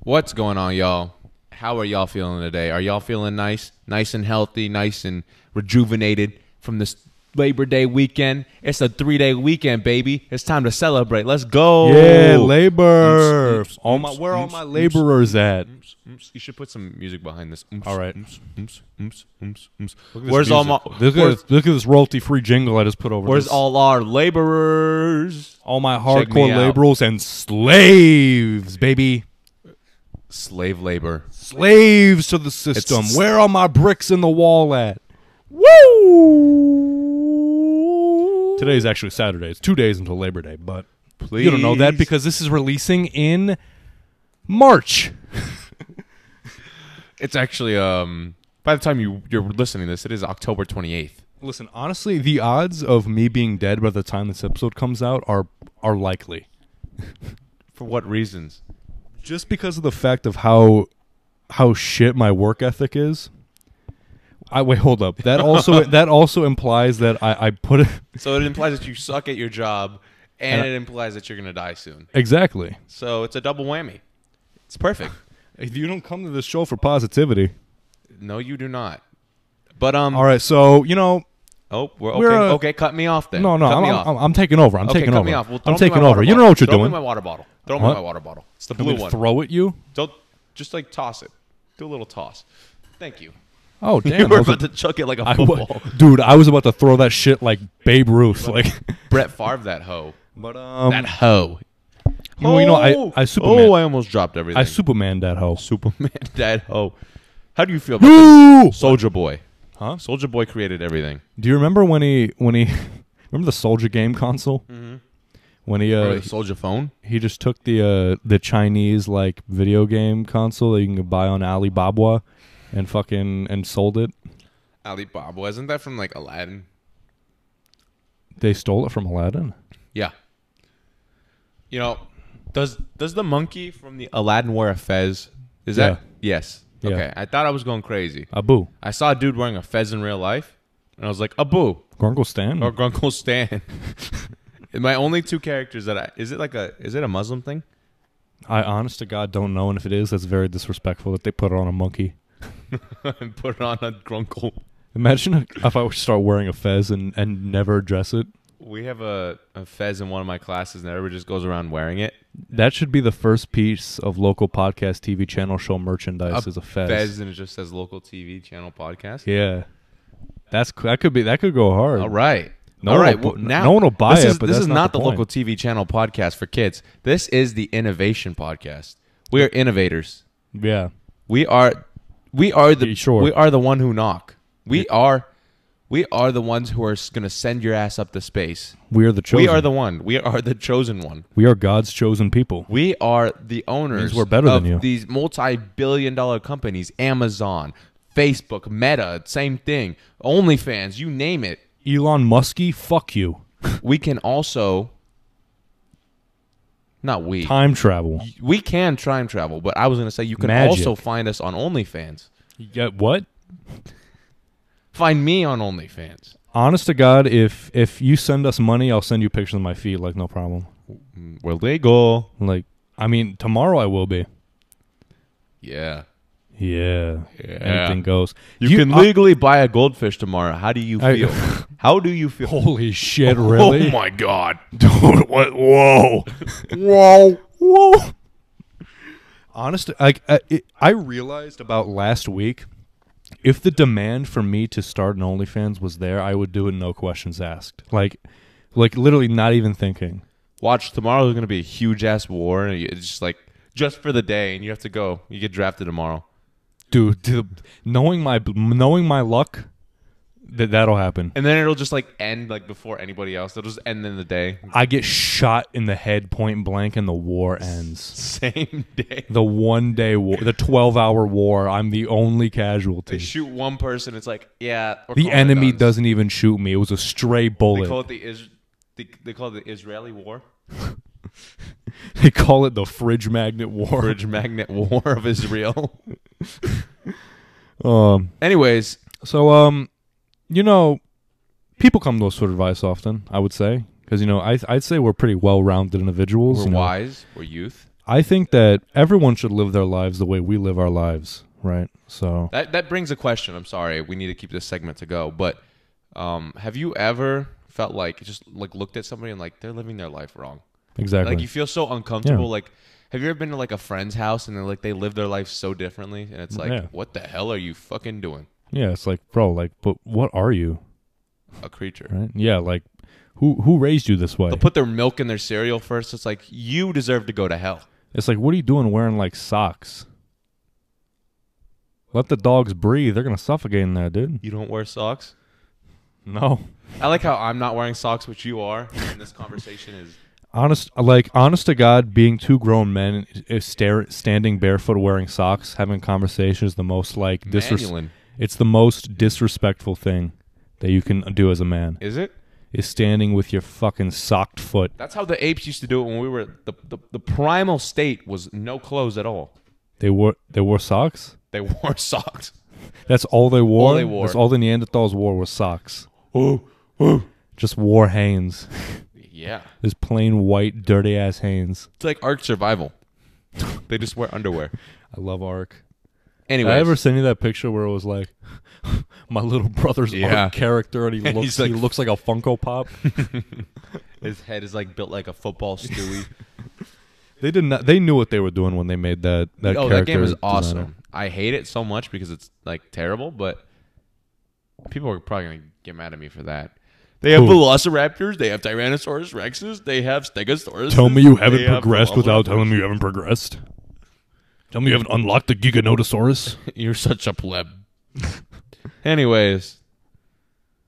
What's going on, y'all? How are y'all feeling today? Are y'all feeling nice, nice and healthy, nice and rejuvenated from this Labor Day weekend? It's a three day weekend, baby. It's time to celebrate. Let's go. Yeah, labor. Oh. Oops, oops, all my, oops, where all oops, my oops. laborers at? Oops, oops. You should put some music behind this. Oops, All right. Oops, oops, oops, oops, oops. Look at this Where's all my? music. Look at, where's, this, look at this royalty-free jingle I just put over. where's this. all our laborers? all my Check me hardcore out. laborers and slaves, baby, Slave labor. slaves to the system. It's- where are my bricks in the wall at? Woo! Today's actually Saturday. It's two days until Labor Day, but Please. you don't know that because this is releasing in March. it's actually um. By the time you you're listening to this, it is October twenty eighth. Listen, honestly, the odds of me being dead by the time this episode comes out are are likely. For what reasons? Just because of the fact of how how shit my work ethic is. I wait, hold up. That also that also implies that I, I put it So it implies that you suck at your job, and, And I- it implies that you're going to die soon. Exactly. So it's a double whammy. It's perfect. If you don't come to this show for positivity. no, you do not. But um, All right, so you know oh, we're okay. We're, uh, okay, cut me off then. no no cut I'm, me I'm, off. I'm- I'm taking over. I'm okay, taking cut over. me off. Well, throw I'm me taking my over. water You know what bottle. you're Throw doing. me my water bottle. Throw me What? my water bottle. It's the You blue want me one. to throw at you? Don't just like toss it. Do a little toss. Thank you. Oh damn. you were I was- about to chuck it like a I wa- football. dude, I was about to throw that shit like Babe Ruth. Like Brett Favre, that hoe. But um That hoe. Well, you know, I- Oh! I Superman- Oh, I almost dropped everything. I Superman that hoe. Superman, that hoe. How do you feel about this? Woo! Soldier Boy. Huh? Soldier Boy created everything. Do you remember when he when he remember the Soldier Game console? Mm-hmm. When he uh, Soldier Phone. he just took the uh, the Chinese like video game console that you can buy on Alibaba and fucking and sold it. Alibaba. Wasn't that from like Aladdin? They stole it from Aladdin. Yeah. You know, does does the monkey from the Aladdin wear a fez? Is Yeah. that yes? Yeah. Okay. I thought I was going crazy. Abu I saw a dude wearing a fez in real life, and I was like, Abu Gorgo Stan. or Grunkle Stan. And My only two characters that I is it like a is it a Muslim thing? I honest to God don't know, and if it is, that's very disrespectful that they put it on a monkey. and put on a Grunkle. Imagine if I would start wearing a fez and, and never address it. We have a, a fez in one of my classes, and everybody just goes around wearing it. That should be the first piece of local podcast TV channel show merchandise is a fez. Fez, and it just says local TV channel podcast. Yeah, that's c- that could be that could go hard. All right. No All one right. will well, bu- now, no one will buy this it, is- but this that's is not not the the, point. local TV channel podcast for kids. This is the innovation podcast. We are innovators. Yeah, We are, we are the Yeah, sure. we are the one who knock. We are, we are the ones who are going to send your ass up to space. we are the chosen. We are the one. We are the chosen one. we are God's chosen people. We are the owners. we're better of than you. These multi-billion-dollar companies, Amazon, Facebook, Meta, same thing, OnlyFans, you name it. Elon Muskie, fuck you. We can also, not we, Time travel. we can time travel. But I was going to say you can Magic. also find us on OnlyFans. Yeah, what? Find me on OnlyFans. Honest to God, if if you send us money, I'll send you pictures of my feet. Like no problem. We're legal. Like I mean, tomorrow I will be. Yeah. Yeah, Yeah. anything goes. You, can I- legally buy a goldfish tomorrow. How do you I- feel? How do you feel? Holy shit! Really? Oh my god. Dude, what? Whoa, whoa, whoa! Honestly, like I, it, I realized about last week, if the demand for me to start an OnlyFans was there, I would do it, no questions asked. Like, like literally, not even thinking. watch tomorrow's gonna be a huge ass war and it's just like just for the day and you have to go you get drafted tomorrow Dude, to the- knowing my knowing my luck, that that'll happen. and then it'll just like end like before anybody else it'll just end in the day I get shot in the head point blank, and the war ends. same day The one day war, the twelve hour war. I'm the only casualty. they shoot one person it's like yeah we're The calling it enemy done. doesn't even shoot me. It was a stray Oh they bullet. call it the is they, they call it the israeli war the fridge magnet war. bridge magnet war of israel Um, anyways so, um, you know, people come to us for advice often, I would say. Because, you know, I, I'd say we're pretty well rounded individuals. we're you know. wise we're youth I think that everyone should live their lives the way we live our lives, right? So That that brings a question. I'm sorry, we need to keep this segment to go. But um, have you ever felt like just like looked at somebody and like they're living their life wrong? exactly. Like you feel so uncomfortable. Like, have you ever been to like a friend's house and they're like they live their life so differently, and it's like, Yeah. what the hell are you fucking doing? yeah, it's like, bro, like, but what are you, A creature. right? Yeah, like, who who raised you this way? They'll put their milk in their cereal first. It's like you deserve to go to hell. It's like, what are you doing wearing like socks? Let the dogs breathe. They're gonna suffocate in there, dude. You don't wear socks. No, I like how I'm not wearing socks, which you are. And this conversation is honest, like honest to God, being two grown men is stare, standing barefoot, wearing socks, having conversations, the most like disres- Manuelin. It's the most disrespectful thing that you can do as a man Is it? is standing with your fucking socked foot. That's how the apes used to do it when we were the the, the primal state was no clothes at all. They wore they wore socks. They wore socks. That's all they wore. they wore. That's all the Neanderthals wore was socks. Oh, Just wore Hanes. yeah. This plain white, dirty ass Hanes. It's like Ark Survival. they just wear underwear. I love Ark. Did Anyway, I ever send you that picture where it was like my little brother's Yeah. Ark character, and he And looks he's like- he looks like a Funko Pop. his head is like built like a football stewie. they did not. They knew what they were doing when they made that. that oh, that character game is designer. awesome. I hate it so much because it's like terrible, but people are probably gonna get mad at me for that. They have Who? velociraptors. They have Tyrannosaurus rexes. They have Stegosaurus. Tell me you haven't progressed without telling me you haven't progressed. Tell me you haven't unlocked the Giganotosaurus. You're such a pleb. Anyways,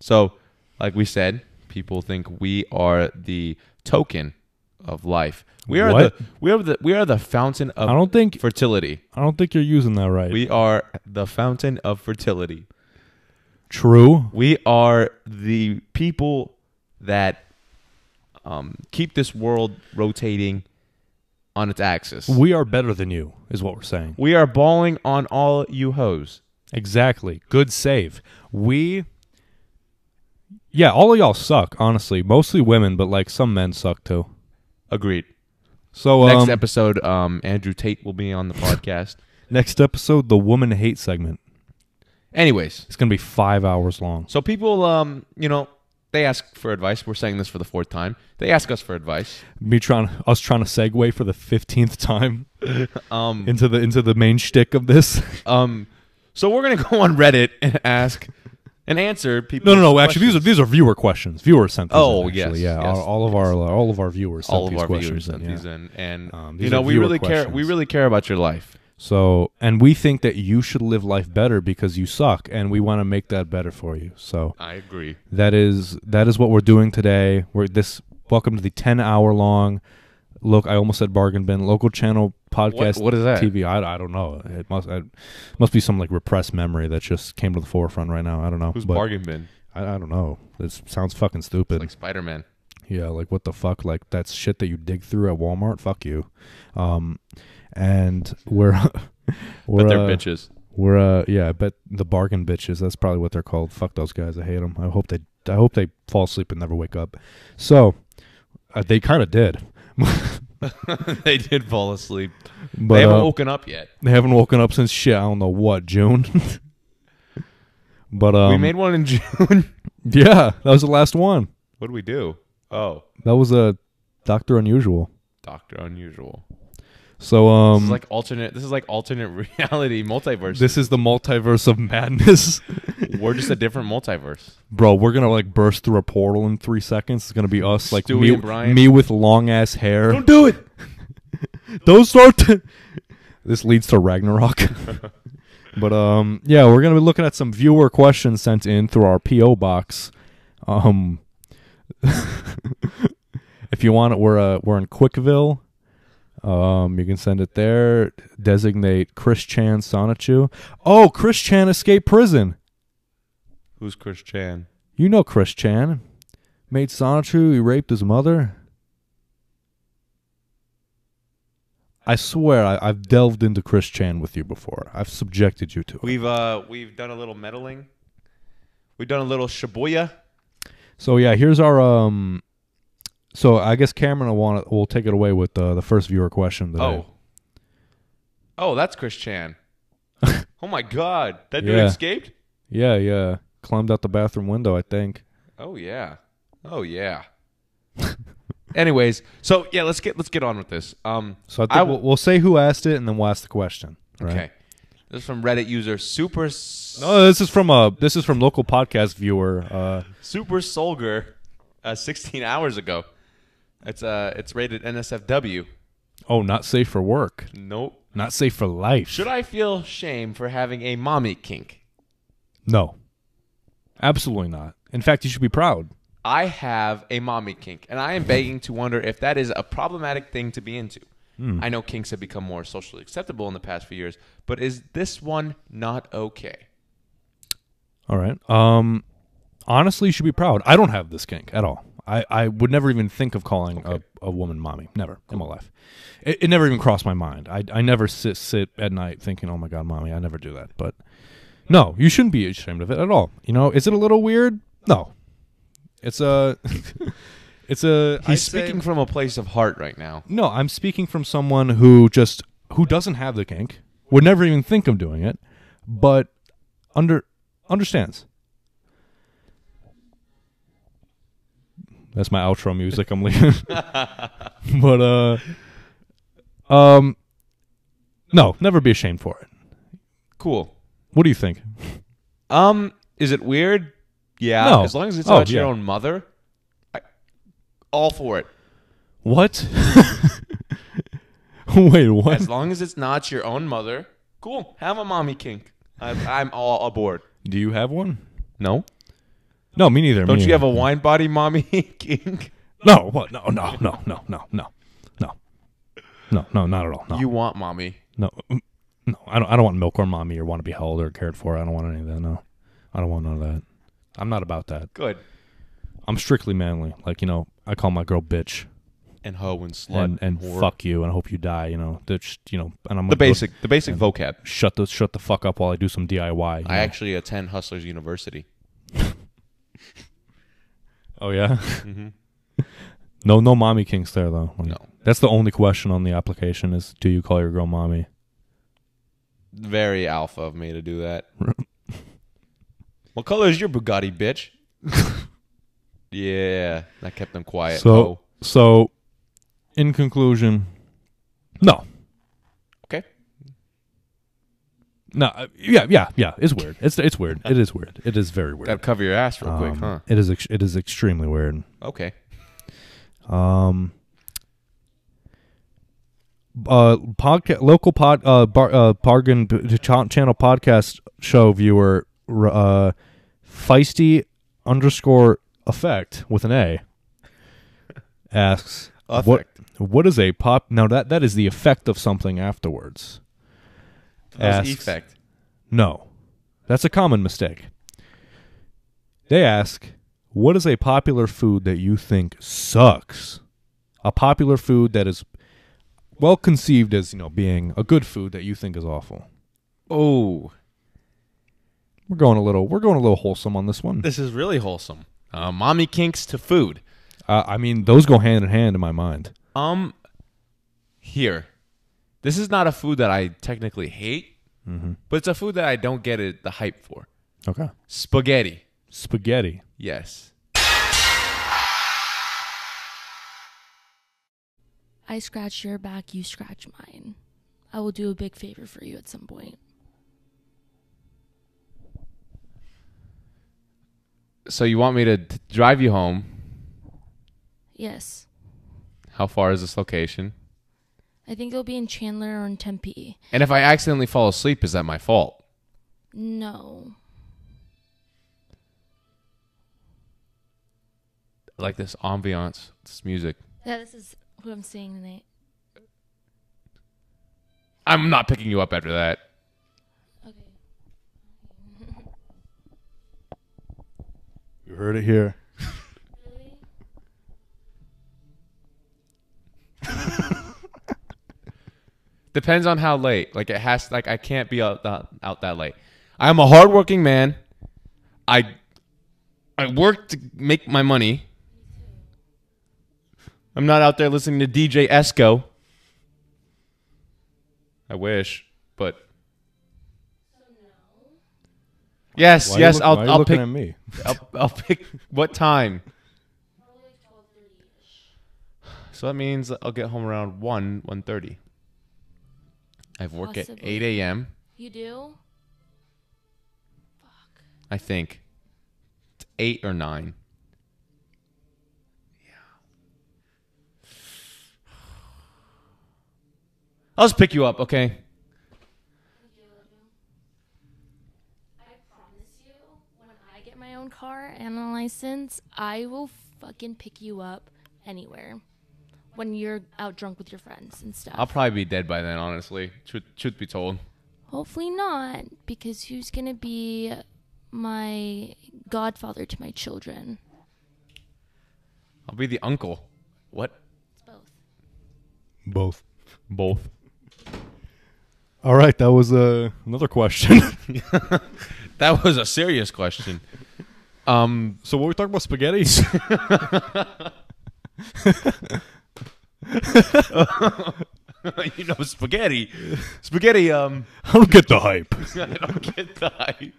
so like we said, people think we are the token of life. We are What? the we are the we are the fountain I of don't think fertility. I don't think you're using that right. We are the fountain of fertility. True. We are the people that um, keep this world rotating on its axis. We are better than you, is what we're saying. We are balling on all you hoes. Exactly. Good save. We. Yeah, all of y'all suck, honestly. Mostly women, but like some men suck too. Agreed. So Next um, episode, um, Andrew Tate will be on the podcast. next episode, the woman hate segment. Anyways, It's gonna be five hours long. so people, um, you know, they ask for advice. We're saying this for the fourth time. They ask us for advice. Me trying, us trying to segue for the fifteenth time Um, into the into the main shtick of this. um, so we're gonna go on Reddit and ask and answer people. no, no, no. Actually, these are these are viewer questions. Viewers sent. These Oh, in, yes, actually. yeah. yes, all, all of our uh, all of our viewers. Sent all of these our viewers questions sent in, yeah. these in, and Um, you these know are we viewer really care. We questions. really care about your life. So, and we think that you should live life better because you suck, and we want to make that better for you. So I agree. that is that is what we're doing today. We're this. Welcome to the ten hour long. Look, I almost said bargain bin. Local channel podcast. what is that? TV. I, I don't know. It must it must be some like repressed memory that just came to the forefront right now. I don't know. Who's but bargain bin? I, I don't know. This sounds fucking stupid. Like Spider Man. Yeah, like what the fuck? Like that's shit that you dig through at Walmart. Fuck you. Um, and we're we're But they're uh, bitches. We're uh, yeah, I bet the bargain bitches. That's probably what they're called. Fuck those guys. I hate them. I hope they I hope they fall asleep and never wake up. So uh, they kind of did, they did fall asleep. but they haven't uh, woken up yet. they haven't woken up since shit. I don't know what June. but um, we made one in June. yeah, that was the last one. what do we do? Oh, That was a Doctor Unusual. Doctor Unusual. So um, This is like alternate. This is like alternate reality multiverse. this is the multiverse of madness. We're just a different multiverse. Bro, we're gonna like burst through a portal in three seconds. It's gonna be us, like Stewie me, and Brian. me with long ass hair. Don't, do it. start. To... This leads to Ragnarok. but um, yeah, we're gonna be looking at some viewer questions sent in through our PO box. Um, if you want it, we're uh, we're in Quickville. Um, you can send it there. Designate Chris Chan Sonichu. Oh, Chris Chan escaped prison. Who's Chris Chan? You know Chris Chan. Made Sonichu, he raped his mother. I swear I, I've delved into Chris Chan with you before. I've subjected you to it. We've uh we've done a little meddling. We've done a little Shibuya. So yeah, here's our um So I guess Cameron will want will take it away with uh, the first viewer question. Today. Oh. Oh, that's Chris Chan. oh my God, that dude Yeah. escaped. yeah, yeah. Climbed out the bathroom window, I think. Oh yeah. Oh yeah. Anyways, so yeah, let's get let's get on with this. Um, So I think I we'll, we'll say who asked it, and then we'll ask the question. Right? okay, this is from Reddit user Super S- No, this is from a this is from local podcast viewer. Uh, Super Solger, uh, 16 hours ago. It's uh, it's rated NSFW. oh, not safe for work, Nope. not safe for life. Should I feel shame for having a mommy kink? No, absolutely not. In fact, you should be proud. I have a mommy kink, and I am begging to wonder if that is a problematic thing to be into. I know kinks have become more socially acceptable in the past few years, but is this one not okay? All right. Um, honestly, you should be proud. I don't have this kink at all. I, I would never even think of calling a, a woman mommy. Never in my life. It, it never even crossed my mind. I, I never sit sit at night thinking, oh my god, mommy. I never do that. But no, you shouldn't be ashamed of it at all. You know, is it a little weird? No. It's a. it's a. I'd He's say- speaking from a place of heart right now. no, I'm speaking from someone who just who doesn't have the kink, would never even think of doing it, but under understands. That's my outro music. I'm leaving, but uh, um, no, never be ashamed for it. Cool. What do you think? Um, is it weird? Yeah. No. As long as it's Oh, about your yeah. own mother, I, all for it. What? Wait, what? As long as it's not your own mother, cool. Have a mommy kink. I, I'm all aboard. Do you have one? No. No, me neither. Don't you have a wine body mommy kink? No, what? No, no, no, no, no, no, no, no, no, not at all. No, You want mommy. no, mm, no. I don't. I don't want milk or mommy or want to be held or cared for. I don't want any of that. No, I don't want none of that. I'm not about that. Good. I'm strictly manly. Like you know, I call my girl bitch and hoe and slut and and whore. fuck you and I hope you die. You know, that's just, you know, and I'm the gonna go basic the basic vocab. Shut the shut the fuck up while I do some DIY. you I know? actually attend Hustlers University. oh yeah. no, no, mommy kinks there though. Like, Mm-hmm. No. that's the only question on the application is: Do you call your girl mommy? Very alpha of me to do that. what color is your Bugatti, bitch? yeah, that kept them quiet. So, So so, in conclusion, no, okay, no, uh, yeah, yeah, yeah. It's weird. It's it's weird. It is weird. It is very weird. gotta cover your ass real quick, Um, huh? It is ex- it is extremely weird. Okay, Um, uh, podcast local pod uh, bar, uh bargain b- ch- channel podcast show viewer r- uh feisty underscore effect with an A asks what Effect. what is a pop now that that is the effect of something afterwards that was Asks- effect. no. That's a common mistake. They ask, what is a popular food that you think sucks? A popular food that is well conceived as, you know, being a good food that you think is awful. Oh, We're going a little we're going a little wholesome on this one. this is really wholesome. Uh, mommy kinks to food. Uh, I mean, those go hand in hand in my mind. Um, here, this is not a food that I technically hate, Mm-hmm. but it's a food that I don't get it the hype for. Okay. Spaghetti. Spaghetti. Yes. I scratch your back, you scratch mine. I will do a big favor for you at some point. So you want me to t- drive you home? Yes. How far is this location? I think it'll be in Chandler or in Tempe. And if I accidentally fall asleep, is that my fault? No. Like this ambiance, this music. Yeah, this is who I'm seeing tonight. I'm not picking you up after that. Okay. You heard it here. Depends on how late. Like it has. Like I can't be out that, out that late. I'm a hardworking man. I I work to make my money. I'm not out there listening to DJ Esco. I wish, but yes, Why are you yes, look- I'll why are you I'll looking pick at me. I'll, I'll pick what time. So that means I'll get home around one one thirty. I have work at Possibly. eight a.m. You do? I think. It's eight or nine. Yeah. I'll just pick you up, okay? I promise you, when I get my own car and a license, I will fucking pick you up anywhere. When you're out drunk with your friends and stuff. I'll probably be dead by then, honestly. Truth, truth be told. Hopefully not, because who's gonna be my godfather to my children? I'll be the uncle. What? It's both. Both. Both. All right, that was uh, another question. That was a serious question. um, so what we talking about spaghetti? you know, spaghetti. Spaghetti, um, I don't get the hype. I don't get the hype.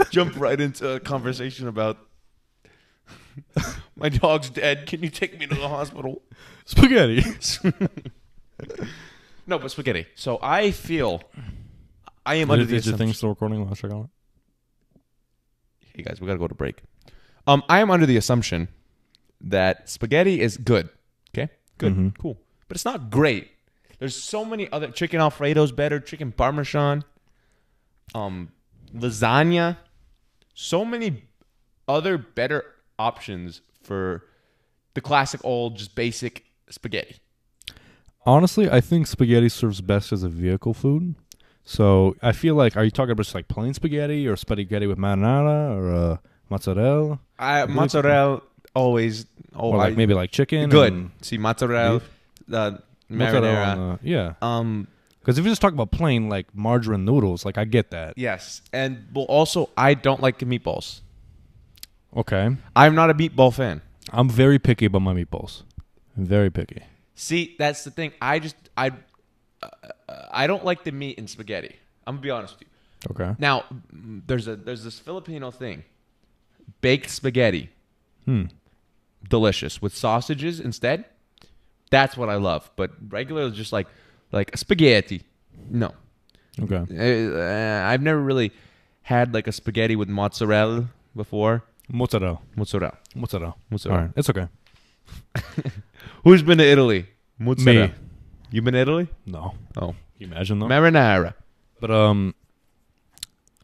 Jump right into a conversation about my dog's dead. Can you take me to the hospital? Spaghetti. No, but spaghetti. So I feel I am under Did, the did you assumption. think still recording last check on it? Hey guys, we gotta go to break. Um, I am under the assumption that spaghetti is good. Okay, good, Mhm. cool, but it's not great. There's so many other chicken alfredo's better, chicken parmesan, um, lasagna, so many other better options for the classic old just basic spaghetti. Honestly, I think spaghetti serves best as a vehicle food. So I feel like, are you talking about just like plain spaghetti or spaghetti with marinara or uh, mozzarella? I mozzarella always Or like always maybe like chicken? Oh, good. and See mozzarella, uh, mozzarella marinara. and, uh, yeah. Um, Because if you just talk about plain like margarine noodles, like I get that. Yes, and well, also I don't like meatballs. Okay. I'm not a meatball fan. I'm very picky about my meatballs. Very picky. See, that's the thing. I just I uh, I don't like the meat in spaghetti. I'm gonna be honest with you. Okay. Now, mm, there's a there's this Filipino thing, baked spaghetti, Hmm. delicious with sausages instead. That's what I love. But regular is just like like spaghetti. No, Okay. Uh, I've never really had like a spaghetti with mozzarella before. Mozzarella. Mozzarella. Mozzarella. Mozzarella. All right. It's okay. Who's been to Italy? Mozzarella. You been to Italy? No. Oh, Can you imagine though? marinara. but um,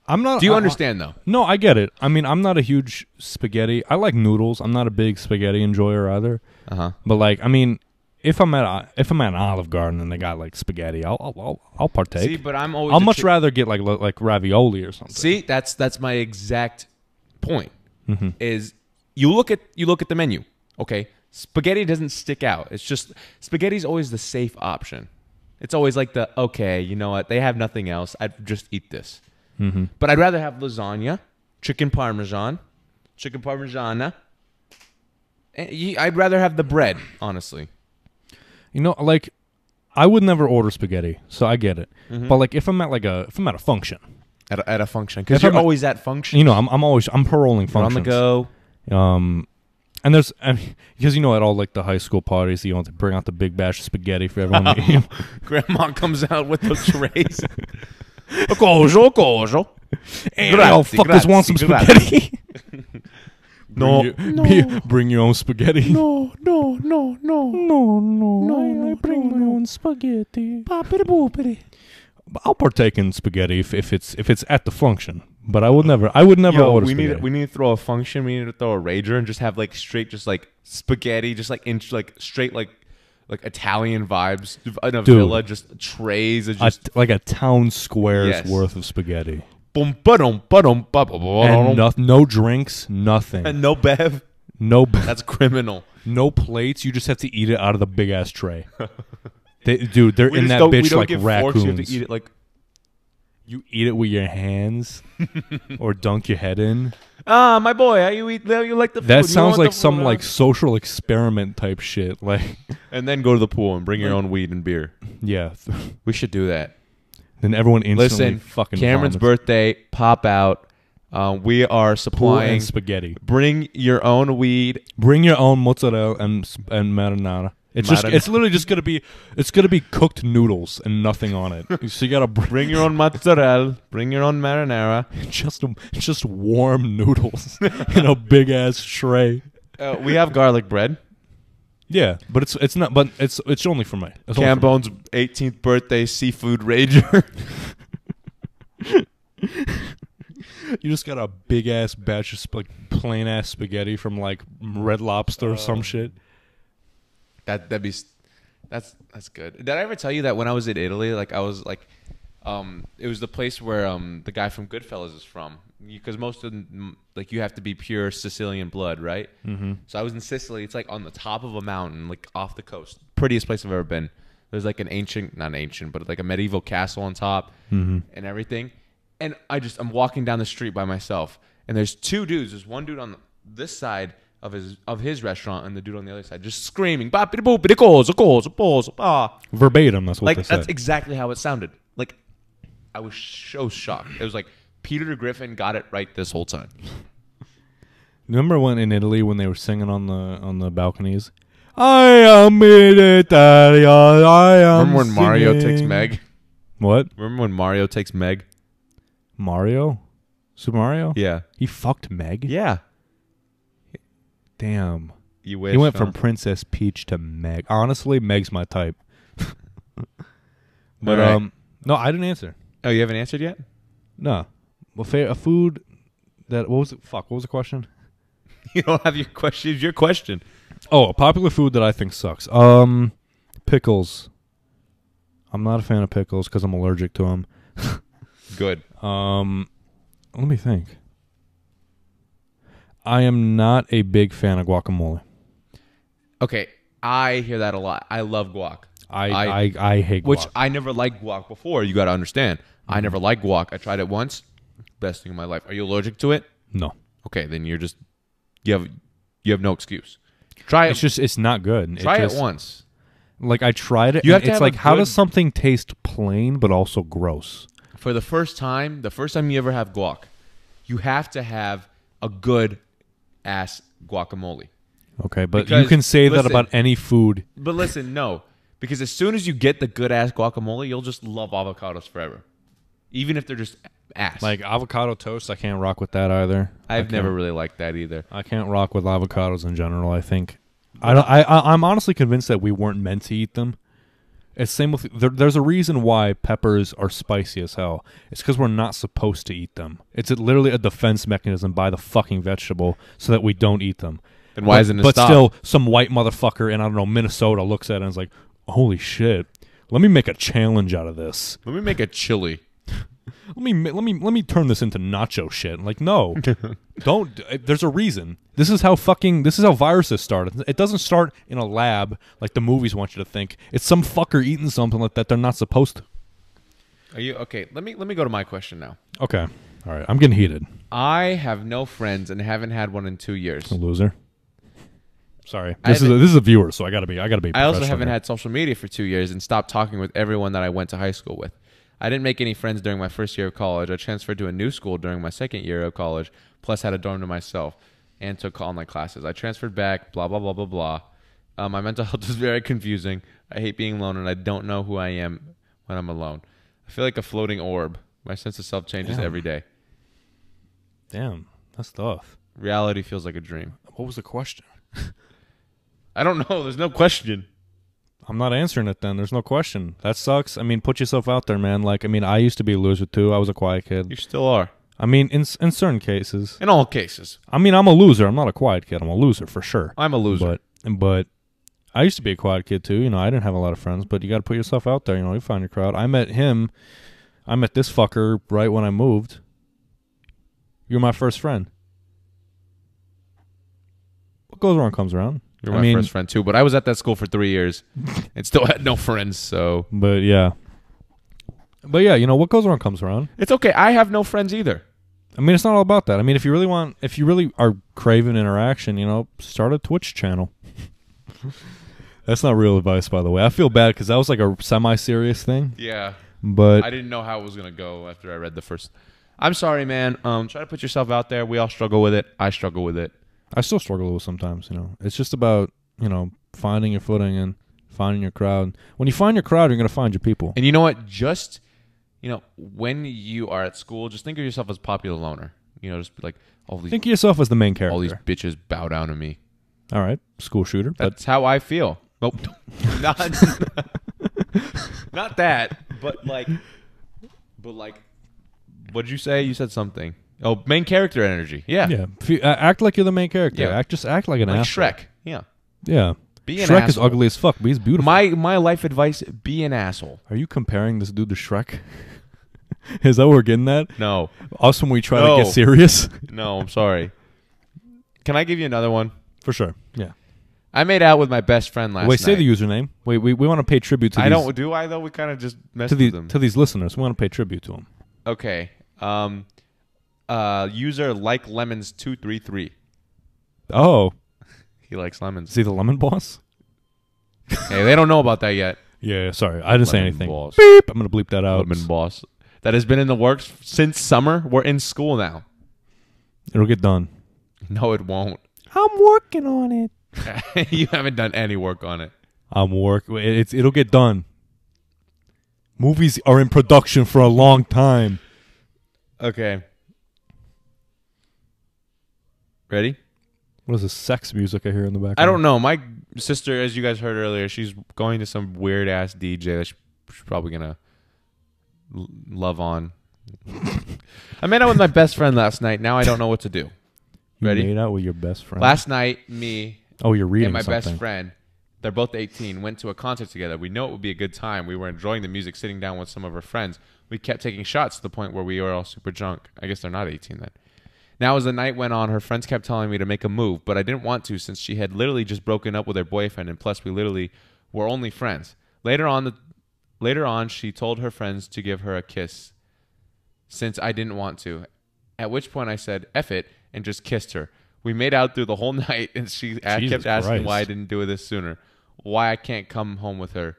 I'm not. Do you I- I- understand though? no, I get it. I mean, I'm not a huge spaghetti. I like noodles. I'm not a big spaghetti enjoyer either. Uh huh. But like, I mean, if I'm at a, if I'm at an Olive Garden and they got like spaghetti, I'll I'll I'll, I'll partake. See, but I'm always. I'll a much chi- rather get like li- like ravioli or something. See, that's that's my exact point. Mm-hmm. Is you look at you look at the menu. Okay, spaghetti doesn't stick out. It's just spaghetti's always the safe option. It's always like the okay, you know what? They have nothing else. I'd just eat this. Mm-hmm. But I'd rather have lasagna, chicken parmesan, chicken parmigiana. Eh, ye- I'd rather have the bread, honestly. You know, like I would never order spaghetti, so I get it. Mm-hmm. But like if I'm at like a if I'm at a function, at a, at a function because If you're I'm a- always at function. you know, I'm I'm always I'm paroling You're on the functions. go. Um, and there's I mean, because you know at all like the high school parties, you know, they bring out the big bash of spaghetti for everyone to eat. Grandma comes out with those trays. Cojo, cojo. And Grazie, all fuckers grazie, want some grazie. spaghetti. No, bring your, be- bring your own spaghetti. No, no, no, no. no, no, I- I bring my own spaghetti. Papere pupere. I'll partake in spaghetti if, if it's if it's at the function, but I would never I would never order we spaghetti. need we need to throw a function. We need to throw a rager and just have like straight, just like spaghetti, just like inch, like straight, like like Italian vibes in a Dude. villa, just trays of a, just t- like a town square's Yes. worth of spaghetti boom, ba-dum, ba-dum, ba-ba-ba-dum, and no, no drinks, nothing, and no bev. no That's criminal. no plates. You just have to eat it out of the big ass tray. they, dude, they're We in just that don't- we bitch don't like give raccoons. forks, You have to eat it like You eat it with your hands or dunk your head in. Ah, my boy, how you eat? How you like the food? That You want sounds the like some food, huh?" like social experiment type shit. Like, And then go to the pool and bring your own weed and beer. yeah. We should do that. Then everyone instantly Listen, fucking Cameron's vomits. birthday pop out. Um, we are Pool and supplying. spaghetti. bring your own weed. Bring your own mozzarella and s- and marinara. It's just Marinara. it's literally just gonna be it's gonna be cooked noodles and nothing on it. so you gotta bring Bring your own mozzarella. Bring your own marinara. just just warm noodles in a big ass tray. Uh, we have garlic bread. Yeah, but it's it's not. But it's it's only for me. It's only for me. Cambone's 18th birthday seafood rager. You just got a big ass batch of sp- like plain ass spaghetti from like Red Lobster or some shit. that that'd be s- that's that's good. Did I ever tell you that when I was in Italy, like I was like, um, it was the place where um the guy from Goodfellas is from, because most of them, like you have to be pure Sicilian blood, right? Mm-hmm. So I was in Sicily. It's like on the top of a mountain, like off the coast, prettiest place I've ever been. There's like an ancient, not ancient, but like a medieval castle on top and everything. And I just I'm walking down the street by myself, and there's two dudes. There's one dude on the- this side of his of his restaurant, and the dude on the other side just screaming, "Boppity boopity goes, goes, balls, ah!" Verbatim, that's what Like they that's said. exactly how it sounded. Like I was so shocked. It was like Peter Griffin got it right this whole time. Remember when in Italy when they were singing on the on the balconies? I am in Italy. I am. Remember when Mario takes singing." Meg? What? Remember when Mario takes Meg? Mario? Super Mario? Yeah, He fucked Meg. yeah. Damn. You wish. He went from huh? Princess Peach to Meg. Honestly, Meg's my type. but Alright. um, no, I didn't answer. Oh, you haven't answered yet. No. Well, fa- a food that what was it? Fuck. What was the question? You don't have your question. It's Your question. Oh, a popular food that I think sucks. Um, pickles. I'm not a fan of pickles because I'm allergic to them. Good. Um, let me think. I am not a big fan of guacamole. Okay, I hear that a lot. I love guac. I I- I, I, hate Which guac. I never liked guac before. You got to understand. I never liked guac. I tried it once. Best thing in my life. Are you allergic to it? no. Okay, then you're just you have you have no excuse. Try It's it. just it's not good. Try it, it just- once. Like I tried it. You have and to it's have a like how good- does something taste plain but also gross? For the first time, the first time you ever have guac, you have to have a good ass guacamole. Okay, but Because- you can say listen. that about any food. But listen, no, because as soon as you get the good ass guacamole, you'll just love avocados forever, even if they're just ass. Like avocado toast, I can't rock with that either. I I've can't- never really liked that either. I can't rock with avocados in general. I think I don't. I, I I'm honestly convinced that we weren't meant to eat them. It's same with there, there's a reason why peppers are spicy as hell. It's because we're not supposed to eat them. It's a, literally a defense mechanism by the fucking vegetable so that we don't eat them. Then why but, isn't it But stopped? still, some white motherfucker in I don't know Minnesota looks at it and is like, "Holy shit, let me make a challenge out of this." Let me make a chili. let me let me let me turn this into nacho shit. Like, no, don't. d- uh, There's a reason. This is how fucking. This is how viruses start. It doesn't start in a lab like the movies want you to think. It's some fucker eating something like that they're not supposed to. Are you okay? Let me let me go to my question now. Okay, all right. I'm getting heated, I have no friends and haven't had one in two years. loser. Sorry, I this is a, haven't- this is a viewer, so I gotta be I gotta be. I also professional haven't here. had social media for two years and stopped talking with everyone that I went to high school with. I didn't make any friends during my first year of college. I transferred to a new school during my second year of college, plus had a dorm to myself and took online classes. I transferred back, blah, blah, blah, blah, blah. Uh, my mental health is very confusing. I hate being alone and I don't know who I am when I'm alone. I feel like a floating orb. My sense of self changes Damn. every day. Damn, that's tough. Reality feels like a dream. What was the question? I don't know. There's no question. I'm not answering it then. There's no question. That sucks. I mean, put yourself out there, man. Like, I mean, I used to be a loser too. I was a quiet kid. You still are. I mean, in in certain cases, In all cases, I mean, I'm a loser. I'm not a quiet kid. I'm a loser for sure. I'm a loser. But but I used to be a quiet kid too. You know, I didn't have a lot of friends. But you got to put yourself out there. You know, you find your crowd. I met him. I met this fucker right when I moved. You're my first friend. What goes around comes around. You're I my mean, first friend too, but I was at that school for three years and still had no friends. So but yeah, but yeah, you know what goes around comes around. it's okay. I have no friends either. I mean, it's not all about that. I mean, if you really want, if you really are craving interaction, you know, start a Twitch channel. That's not real advice, by the way. I feel bad because that was like a semi-serious thing, Yeah. but I didn't know how it was gonna go after I read the first. I'm sorry, man. Um, try to put yourself out there. We all struggle with it. I struggle with it. I still struggle with sometimes, you know. It's just about, you know, finding your footing and finding your crowd. When you find your crowd, you're going to find your people. And you know what? Just you know, when you are at school, just think of yourself as popular loner. You know, just be like all these Think of yourself as the main character. all these bitches bow down to me. All right, school shooter, but That's how I feel. Nope. not, not that, but like, but like, what'd you say? You said something. Oh, main character energy. Yeah. yeah, If you- uh, act like you're the main character. Yeah. Act just act like an Like asshole. Shrek. Yeah. Yeah. Be an Shrek is asshole. ugly as fuck, but he's beautiful. My my life advice: be an asshole. Are you comparing this dude to Shrek? is that what we're getting at? No, Us when we try No. to get serious? no, I'm sorry. Can I give you another one? For sure. Yeah. I made out with my best friend last Wait, night. say the username. Wait, we, we want to pay tribute to I these don't do I though. We kind of just messed to with these them. to these listeners. We want to pay tribute to them. okay. Um. Uh. User like lemons two three three. Oh, He likes lemons. is he the lemon boss? hey, they don't know about that yet. Yeah, yeah, sorry. I didn't say Lemon anything. balls. Beep. I'm going to bleep that out. Lemon boss that has been in the works since summer. We're in school now. It'll get done. No, it won't. I'm working on it. you haven't done any work on it. I'm work. it- It's it'll get done. Movies are in production for a long time. Okay. Ready? What is this sex music I hear in the background? I Mm. don't know. My sister, as you guys heard earlier, she's going to some weird ass DJ that she's probably gonna l- love on. I made out with my best friend last night. Now I don't know what to do. You Ready? made out with your best friend. Last night, me oh, you're reading and my something. best friend they're both 18 went to a concert together we know it would be a good time we were enjoying the music sitting down with some of our friends we kept taking shots to the point where we were all super drunk i guess they're not 18 then now as the night went on her friends kept telling me to make a move but i didn't want to since she had literally just broken up with her boyfriend and plus we literally were only friends later on the later on she told her friends to give her a kiss since I didn't want to. At which point I said, F it, and just kissed her. We made out through the whole night, and she a- Jesus kept asking Christ. why I didn't do this sooner, why I can't come home with her,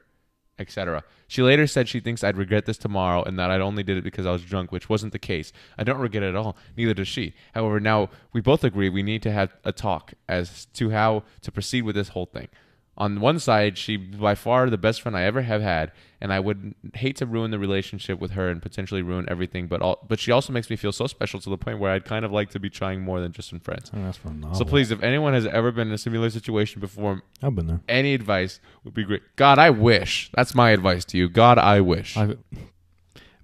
etc. She later said she thinks I'd regret this tomorrow and that I only did it because I was drunk, which wasn't the case. I don't regret it at all, neither does she. However, now we both agree we need to have a talk as to how to proceed with this whole thing. On one side, she by far the best friend I ever have had, and I would hate to ruin the relationship with her and potentially ruin everything. But all, but she also makes me feel so special to the point where I'd kind of like to be trying more than just some friends. Oh, that's phenomenal. So please, if anyone has ever been in a similar situation before, I've been there. any advice would be great. God, I wish. That's my advice to you. God, I wish. I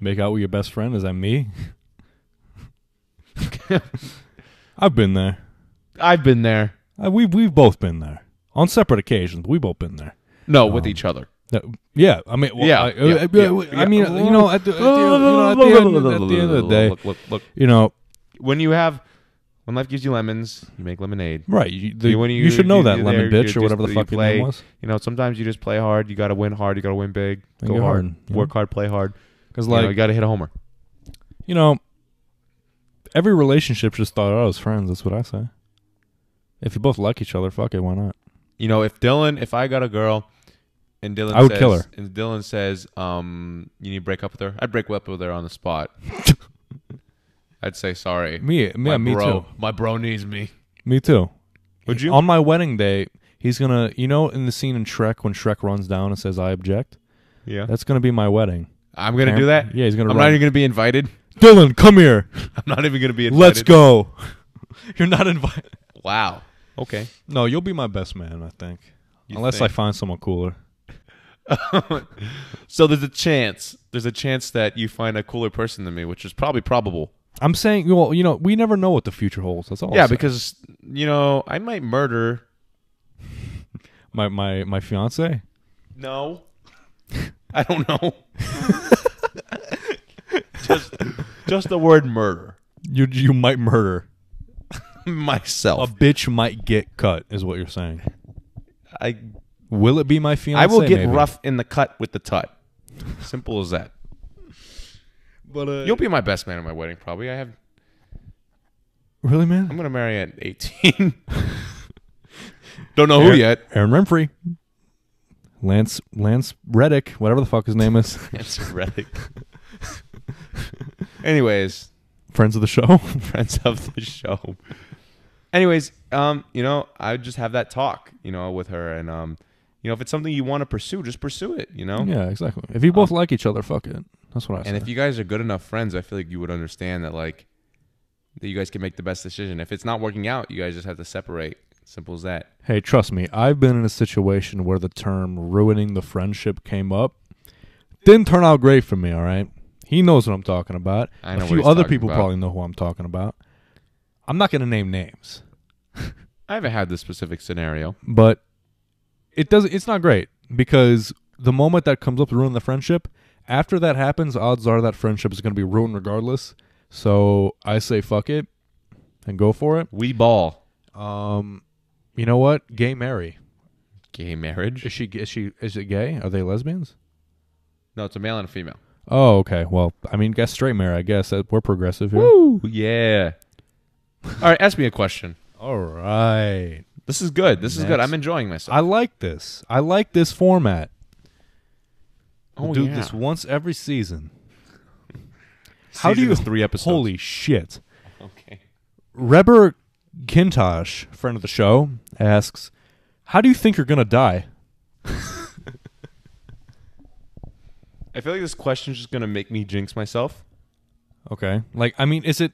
make out with your best friend. Is that me? I've been there. I've been there. I, we we've both been there on separate occasions. but We've both been there. No, with each other. That- yeah, I mean, well, Yeah, I, yeah, I- yeah, I yeah. mean, you know, at the, at the, you know, at the, end, at the end of the day, Look, look, look. you know, When you have, when life gives you lemons, you make lemonade. right? You, the, You- you, when should know you- that you're lemon there, bitch you're or whatever just- the you fuck your play- name was. You know, sometimes you just play hard. You got to win hard. You got to win big. And go go hard. hard, you Work hard. Play hard. Because you, like know, you got to hit a homer. you know, every relationship just thought out as friends. That's what I say. If you both like each other, fuck it, why not? You know, if Dylan, if I got a girl, and Dylan, I would says, kill her. And Dylan says, um, you need to break up with her. I'd break up with her on the spot. I'd say sorry. Me, my yeah, me bro, too. My bro needs me. Me too. Would you? On my wedding day, he's gonna, you know, in the scene in Shrek when Shrek runs down and says, "I object." Yeah. That's gonna be my wedding. I'm gonna do that. Yeah, he's gonna I'm run. not even gonna be invited. Dylan, come here. I'm not even gonna be invited. Let's go. You're not invited. Wow. Okay. No, you'll be my best man, I think. You Unless think? I find someone cooler. So there's a chance. There's a chance that you find a cooler person than me, which is probably probable. I'm saying, well, you know, we never know what the future holds. That's all. I yeah, say. because you know I might murder. my my my fiance. No. I don't know. just, just the word murder. You you might murder. A Myself. bitch might get cut, is what you're saying. I, Will it be my fiance? I will get Maybe. rough in the cut with the tut. Simple as that. But uh, uh, You'll be my best man at my wedding, probably. I have Really, man? I'm gonna marry at 18. Don't know who Aaron- yet. Aaron Renfrey. Lance Lance Reddick, whatever the fuck his name is. That's Reddick. Anyways, Friends of the show. friends of the show. Anyways, um, you know, I would just have that talk, you know, with her, and um, you know, if it's something you want to pursue, just pursue it, you know. yeah, exactly. If you both like each other, fuck it. That's what I Oh. And say. if you guys are good enough friends, I feel like you would understand that, like, that you guys can make the best decision. If it's not working out, you guys just have to separate. Simple as that. hey, trust me, I've been in a situation where the term ruining the friendship came up. Didn't turn out great for me, all right? He knows what I'm talking about. I know a what few he's other talking people about. probably know who I'm talking about. I'm not going to name names. I haven't had this specific scenario. but it doesn't it's not great because the moment that comes up to ruin the friendship after that happens odds are that friendship is going to be ruined regardless so i say fuck it and go for it We ball um you know what gay mary gay is marriage. she is she is it gay are they lesbians No, it's a male and a female. oh okay well i mean guess straight mary i guess that we're progressive here Woo! Yeah. All right, ask me a question. all right This is good. This is good. Next. I'm enjoying myself. i like this i like this format we'll do Oh, yeah. this once every season How do you three episodes? holy shit Okay. Reber Kintosh, friend of the show, asks, "How do you think you're gonna die?" I feel like this question's just gonna make me jinx myself. Okay, like I mean, is it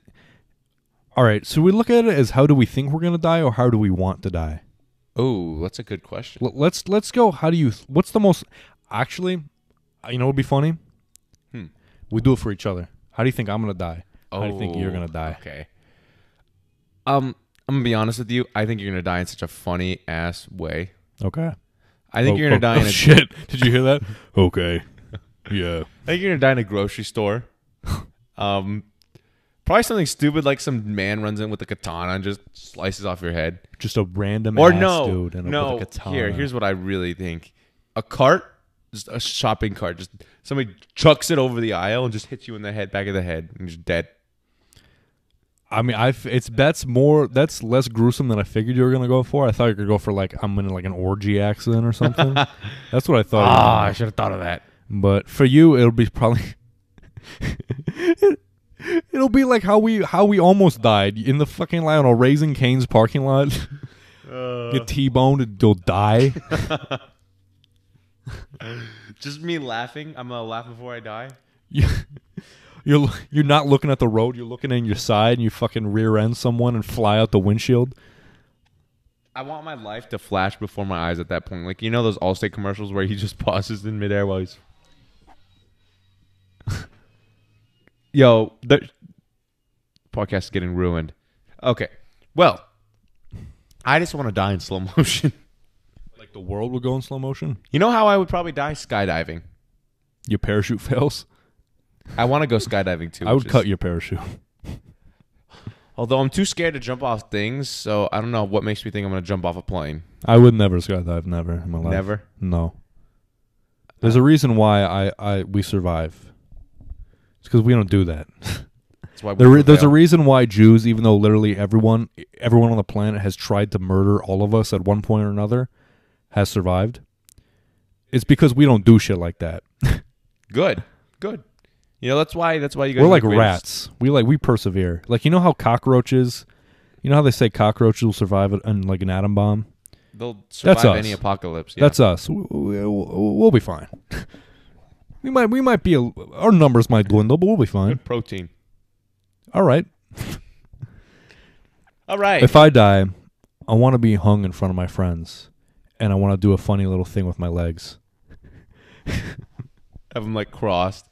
all right? So we look at it as how do we think we're gonna die, or how do we want to die? Oh, that's a good question. L- let's let's go. How do you? What's the most? Actually, uh, you know what'd be funny? Hmm. We do it for each other. How do you think I'm gonna die? How do you think you're gonna die? Oh, Okay. Um, I'm gonna be honest with you. I think you're gonna die in such a funny ass way. Okay. I think you're gonna die in a Oh, shit. Did you hear that? okay. Yeah. I think you're gonna die in a grocery store. um, probably something stupid like some man runs in with a katana and just slices off your head. Just a random Or ass no, dude and no. with a katana. Here, here's what I really think: a cart, just a shopping cart, just somebody chucks it over the aisle and just hits you in the head, back of the head, and you're just dead. I mean, I f- it's that's more that's less gruesome than I figured you were gonna go for. I thought you could go for like I'm in like an orgy accident or something. that's what I thought. you were gonna go. should have Ah, thought of that. but for you, it'll be probably it, will be like how we how we almost died in the fucking I don't know Raising Cane's parking lot. Get T-boned and you'll die. Just me laughing. I'm gonna laugh before I die. You- you're l- you're not looking at the road. You're looking in your side and you fucking rear end someone and fly out the windshield. I want my life to flash before my eyes at that point. Like you know those Allstate commercials where he just pauses in midair while he's. Yo, the podcast is getting ruined. Okay, well, I just want to die in slow motion. Like the world will go in slow motion. You know how I would probably die skydiving. Your parachute fails. I want to go skydiving too. I would which is- cut your parachute. Although I'm too scared to jump off things, so I don't know what makes me think I'm gonna jump off a plane. I would never skydive. Never in my life. Never. Uh. No. There's a reason why I, I we survive. It's because we don't do that. That's why we There, re- there's a prevail. reason why Jews, even though literally everyone everyone on the planet has tried to murder all of us at one point or another, has survived. It's because we don't do shit like that. good, good. You know that's why that's why you guys are We're the like greatest. rats. We like we persevere. Like you know how cockroaches, you know how they say cockroaches will survive an- an, like an atom bomb. They'll survive us. any apocalypse. Yeah. That's us. W- w- w- We'll be fine. We might we might be a, our numbers might dwindle, but we'll be fine. good protein. Mm-hmm. All right. All right. If I die, I want to be hung in front of my friends, and I want to do a funny little thing with my legs. Have them like crossed.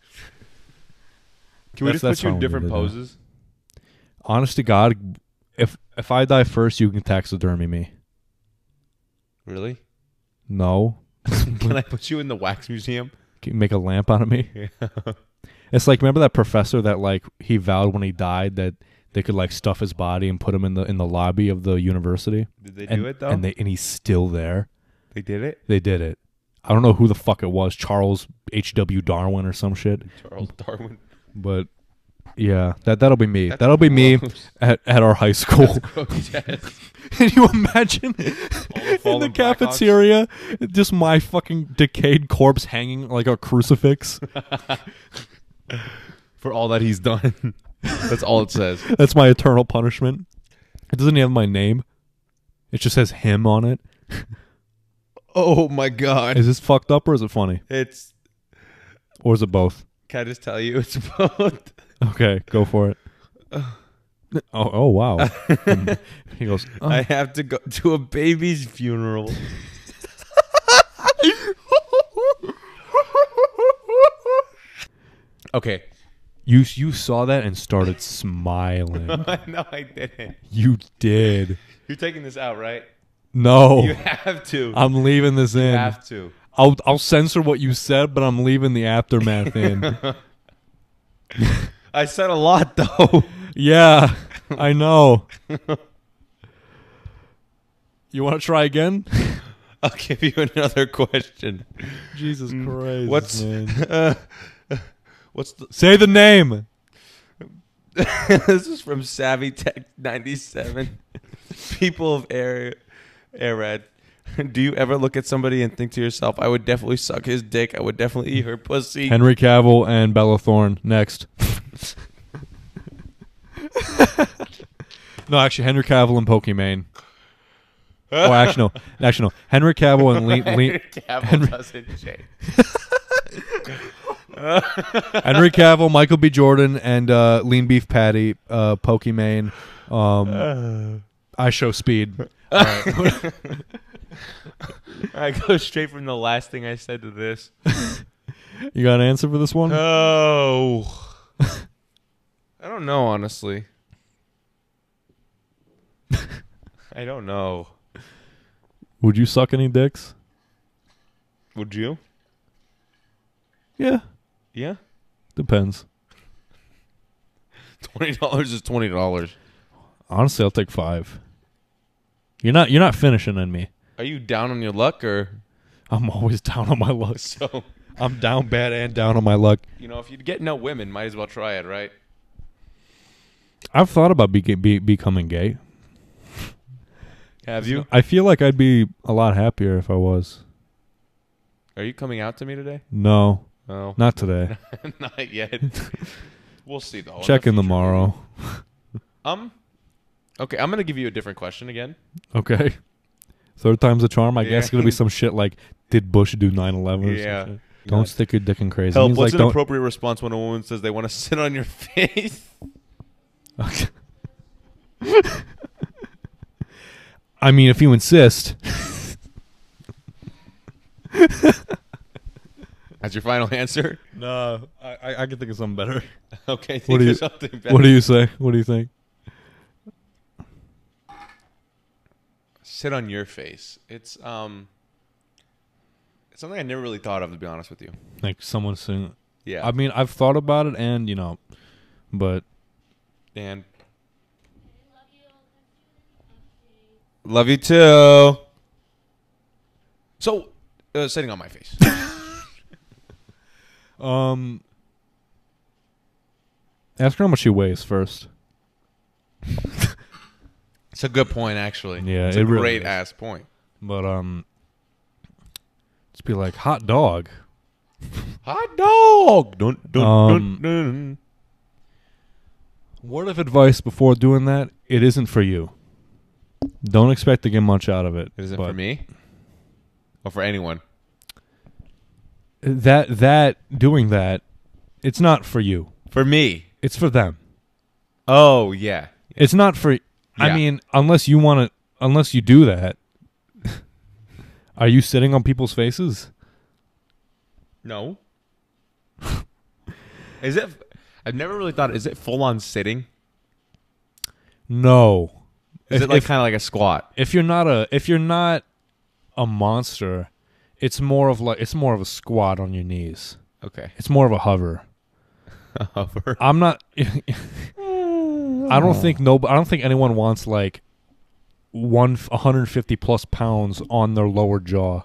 Can we That's- that's just put how you I'm in gonna different do that. poses? Honest to God, if if I die first, you can taxidermy me. Really? No, Can I put you in the wax museum? Can you make a lamp out of me. It's like remember that professor that like he vowed when he died that they could like stuff his body and put him in the in the lobby of the university. Did they and, do it though? And they and he's still there. They did it. They did it. I don't know who the fuck it was, Charles H. W. Darwin or some shit. Charles Darwin. But Yeah, that that'll be me. that'll be me gross. at, at our high school. Yes. Can you imagine in the fallen Blackhawks? cafeteria just my fucking decayed corpse hanging like a crucifix? For all that he's done. That's all it says. That's my eternal punishment. It doesn't even have my name. It just says him on it. Oh my god. Is this fucked up or is it funny? It's Or is it both? can I just tell you it's both. Okay, go for it. Oh, oh wow. Hmm. he goes, oh, I have to go to a baby's funeral. okay. you you saw that and started smiling. no, I didn't. you did. You're taking this out, right? No. You have to. You I'm leaving this in. have to. I'll I'll censor what you said, but I'm leaving the aftermath in. I said a lot though. Yeah, I know. You want to try again? I'll give you another question. Jesus Christ! Mm. What's man. uh, what's the, say the name? this is from Savvy Tech 97. People of Air Arad, do you ever look at somebody and think to yourself, I would definitely suck his dick. I would definitely eat her pussy. Henry Cavill and Bella Thorne next. no, actually, Henry Cavill and Pokimane. Oh, actually, no. Actually, no. Henry Cavill and Le- Le- Cavill Henry- doesn't change. Henry Cavill, Michael B. Jordan, and uh, Lean Beef Patty, uh, Pokimane. Um, I show speed. I go straight from the last thing I said to this. You got an answer for this Um, one? Uh. Oh. I don't know, honestly. I don't know. Would you suck any dicks? Would you? Yeah, Yeah. depends. Twenty dollars is twenty dollars. Honestly, I'll take five. You're not you're not finishing on me. Are you down on your luck or I'm always down on my luck. so? I'm down bad and down on my luck. You know, if you get no women, might as well try it, right? I've thought about be- be- becoming gay. Have you? I feel like I'd be a lot happier if I was. Are you coming out to me today? No, No, not today. not yet. we'll see though. Check in tomorrow. Um. Okay, I'm gonna give you a different question again. Okay. Third time's a charm. I Yeah. guess it'll be some shit like, did Bush do 9/11? Or Yeah. Some shit. Don't stick your dick in crazy. Help. Means, What's like, an don't- appropriate response when a woman says they want to sit on your face? I mean, if you insist. That's your final answer. No, I, I, I can think of something better. Okay, think What do of you- something better. What do you say? What do you think? sit on your face? It's um. It's something I never really thought of, to be honest with you. Like someone saying, Yeah. I mean, I've thought about it, and you know, but And love you too. So, uh, sitting on my face. um, ask her how much she weighs first. it's a good point, actually. Yeah, it's a it really great is. ass point. But um, just be like hot dog. Hot dog. Dun, dun, Um, dun, dun. Word of advice before doing that: it isn't for you. Don't expect to get much out of it. Is it but for me? Or for anyone? That that doing that, it's not for you. For me. It's for them. Oh yeah. It's not for. I Yeah. mean, unless you want to, unless you do that, are you sitting on people's faces? No. is it? I've never really thought. Is it full on sitting? No. Is if, it like if, kind of like a squat? if you're not a if you're not a monster, it's more of like it's more of a squat on your knees. Okay. It's more of a hover. Hover. I'm not. I don't think no. I don't think anyone wants like one 150 plus pounds on their lower jaw,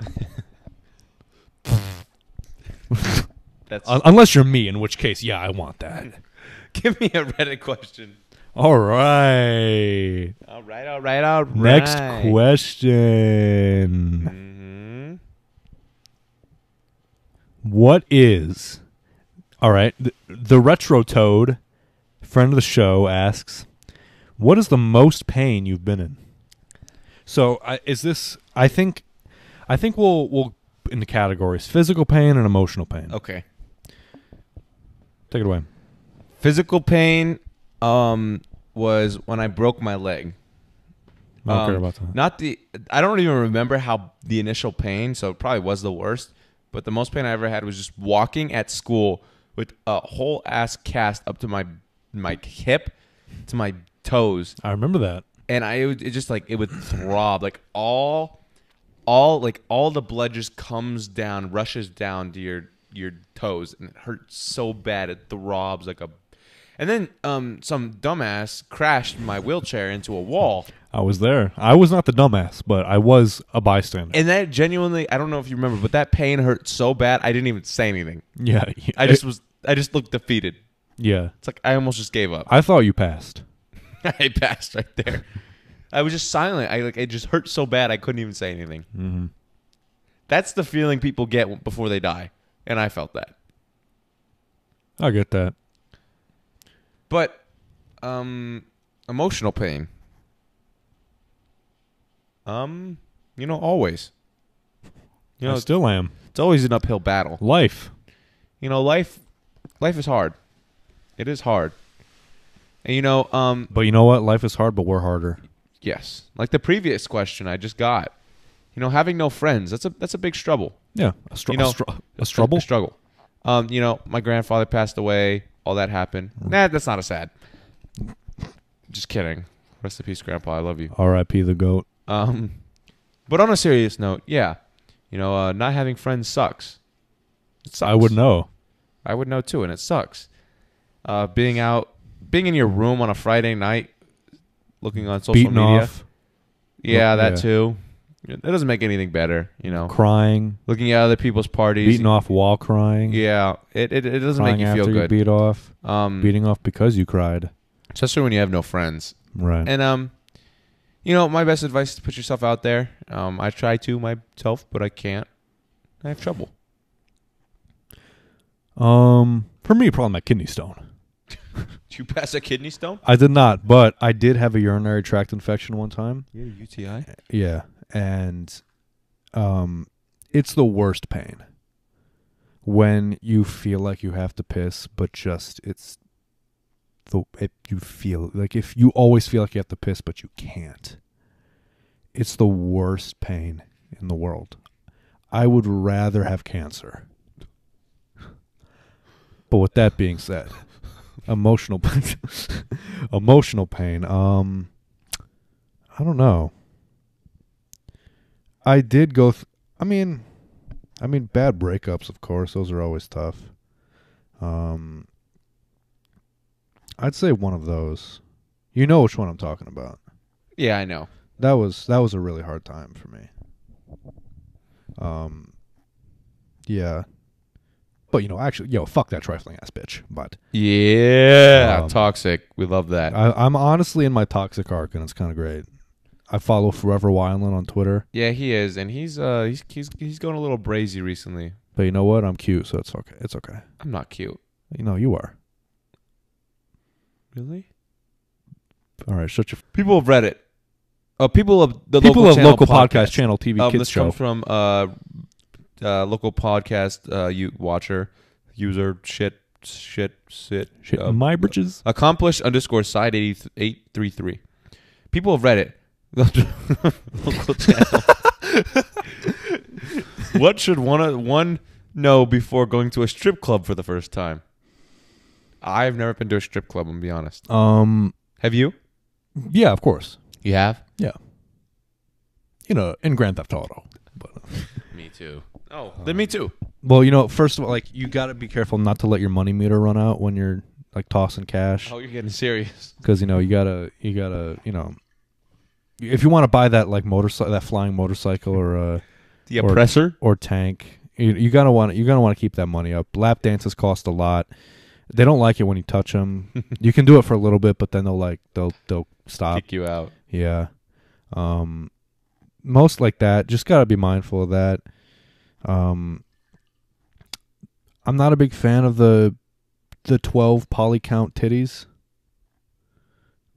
That's Uh, Un- unless you're me, in which case, yeah, I want that. Give me a Reddit question. All right. All right, all right, all right. Mm-hmm. Next question. What is. All right. The, the Retro Toad, friend of the show, asks What is the most pain you've been in? So I is this. I think. I think we'll. we'll in the categories physical pain and emotional pain. Okay. Take it away. Physical pain um, was when I broke my leg. I don't care Um, about that. Not the. I don't even remember how the initial pain. So it probably was the worst. But the most pain I ever had was just walking at school with a whole ass cast up to my my hip, to my toes, I remember that. and I would, it just like it would throb like all, all like all the blood just comes down, rushes down to your your toes, and it hurts so bad it throbs like a. And then um, some dumbass crashed my wheelchair into a wall. I was there. I was not the dumbass, but I was a bystander. And that genuinely, I don't know if you remember, but that pain hurt so bad I didn't even say anything. yeah, I just was, I just looked defeated. yeah. It's like I almost just gave up. I thought you passed. I passed right there. I was just silent. I like it just hurt so bad I couldn't even say anything. That's the feeling people get before they die, and I felt that. I get that. But um, emotional pain. Um, you know, always. You know, I still am. it's always an uphill battle. Life. you know life life is hard it is hard and you know um But you know what? Life is hard, but we're harder. yes like the previous question i just got you know having no friends that's a that's a big struggle Yeah. A, str- You know- a, str- a A struggle? struggle um you know my grandfather passed away all that happened Mm. nah that's not a sad just kidding rest in peace grandpa i love you R.I.P. the goat. um but on a serious note yeah you know uh, not having friends sucks it sucks I would know. I would know too, and it sucks. Uh, being out, being in your room on a Friday night, looking on social Beaten media. off, Yeah, that Yeah. too. That doesn't make anything better, you know. crying, Looking at other people's parties. beaten off while crying. Yeah, it, it, it doesn't Crying make you after feel you good. beat off. um, Beating off because you cried. especially when you have no friends. Right. And um, you know, my best advice is to put yourself out there. Um, I try to myself, but I can't. I have trouble. um, for me, probably my kidney stone. Did you pass a kidney stone? I did not, but I did have a urinary tract infection one time. Yeah, UTI. Yeah, and um, it's the worst pain when you feel like you have to piss, but just it's the it, you feel like if you always feel like you have to piss, but you can't. It's the worst pain in the world. I would rather have cancer. But with that being said, emotional pain, emotional pain. Um, I don't know. I did go. Th- I mean, I mean, bad breakups, of course. Those are always tough. Um, I'd say one of those. You know which one I'm talking about. Yeah, I know. That was that was a really hard time for me. Um, yeah, but you know, actually, yo, fuck that trifling ass bitch. But Yeah, Um, toxic. We love that. I, I'm honestly in my toxic arc, and it's kind of great. I follow Forever Wildland on Twitter, Yeah, he is, and he's uh he's he's he's going a little brazy recently. but you know what? I'm cute, so it's okay. It's okay. I'm not cute. You know, you are. Really? All right, shut your People of Reddit, uh, people of the people local of channel local podcast, podcast channel TV Um, kids this show. comes from uh, uh local podcast uh you watcher user shit shit shit Shit, uh, my britches. accomplish underscore side eighty eight three three. People of Reddit. local channel. what should one one know before going to a strip club for the first time? I've never been to a strip club. I'm gonna be honest. Um, Have you? yeah, of course. You have. Yeah, you know, in Grand Theft Auto. But, Me too. Oh, then me too. well, you know, first of all, like you got to be careful not to let your money meter run out when you're like tossing cash, Oh, you're getting serious. because you know you gotta, you gotta, you know, if you want to buy that like motorcycle, that flying motorcycle or uh The Or- oppressor. or tank, you, you gotta want, you gotta want to keep that money up. Lap dances cost a lot. They don't like it when you touch them. you can do it for a little bit, but then they'll like they'll they'll stop. Kick you out. Yeah. Um most like that. Just gotta be mindful of that. Um I'm not a big fan of the the twelve poly count titties.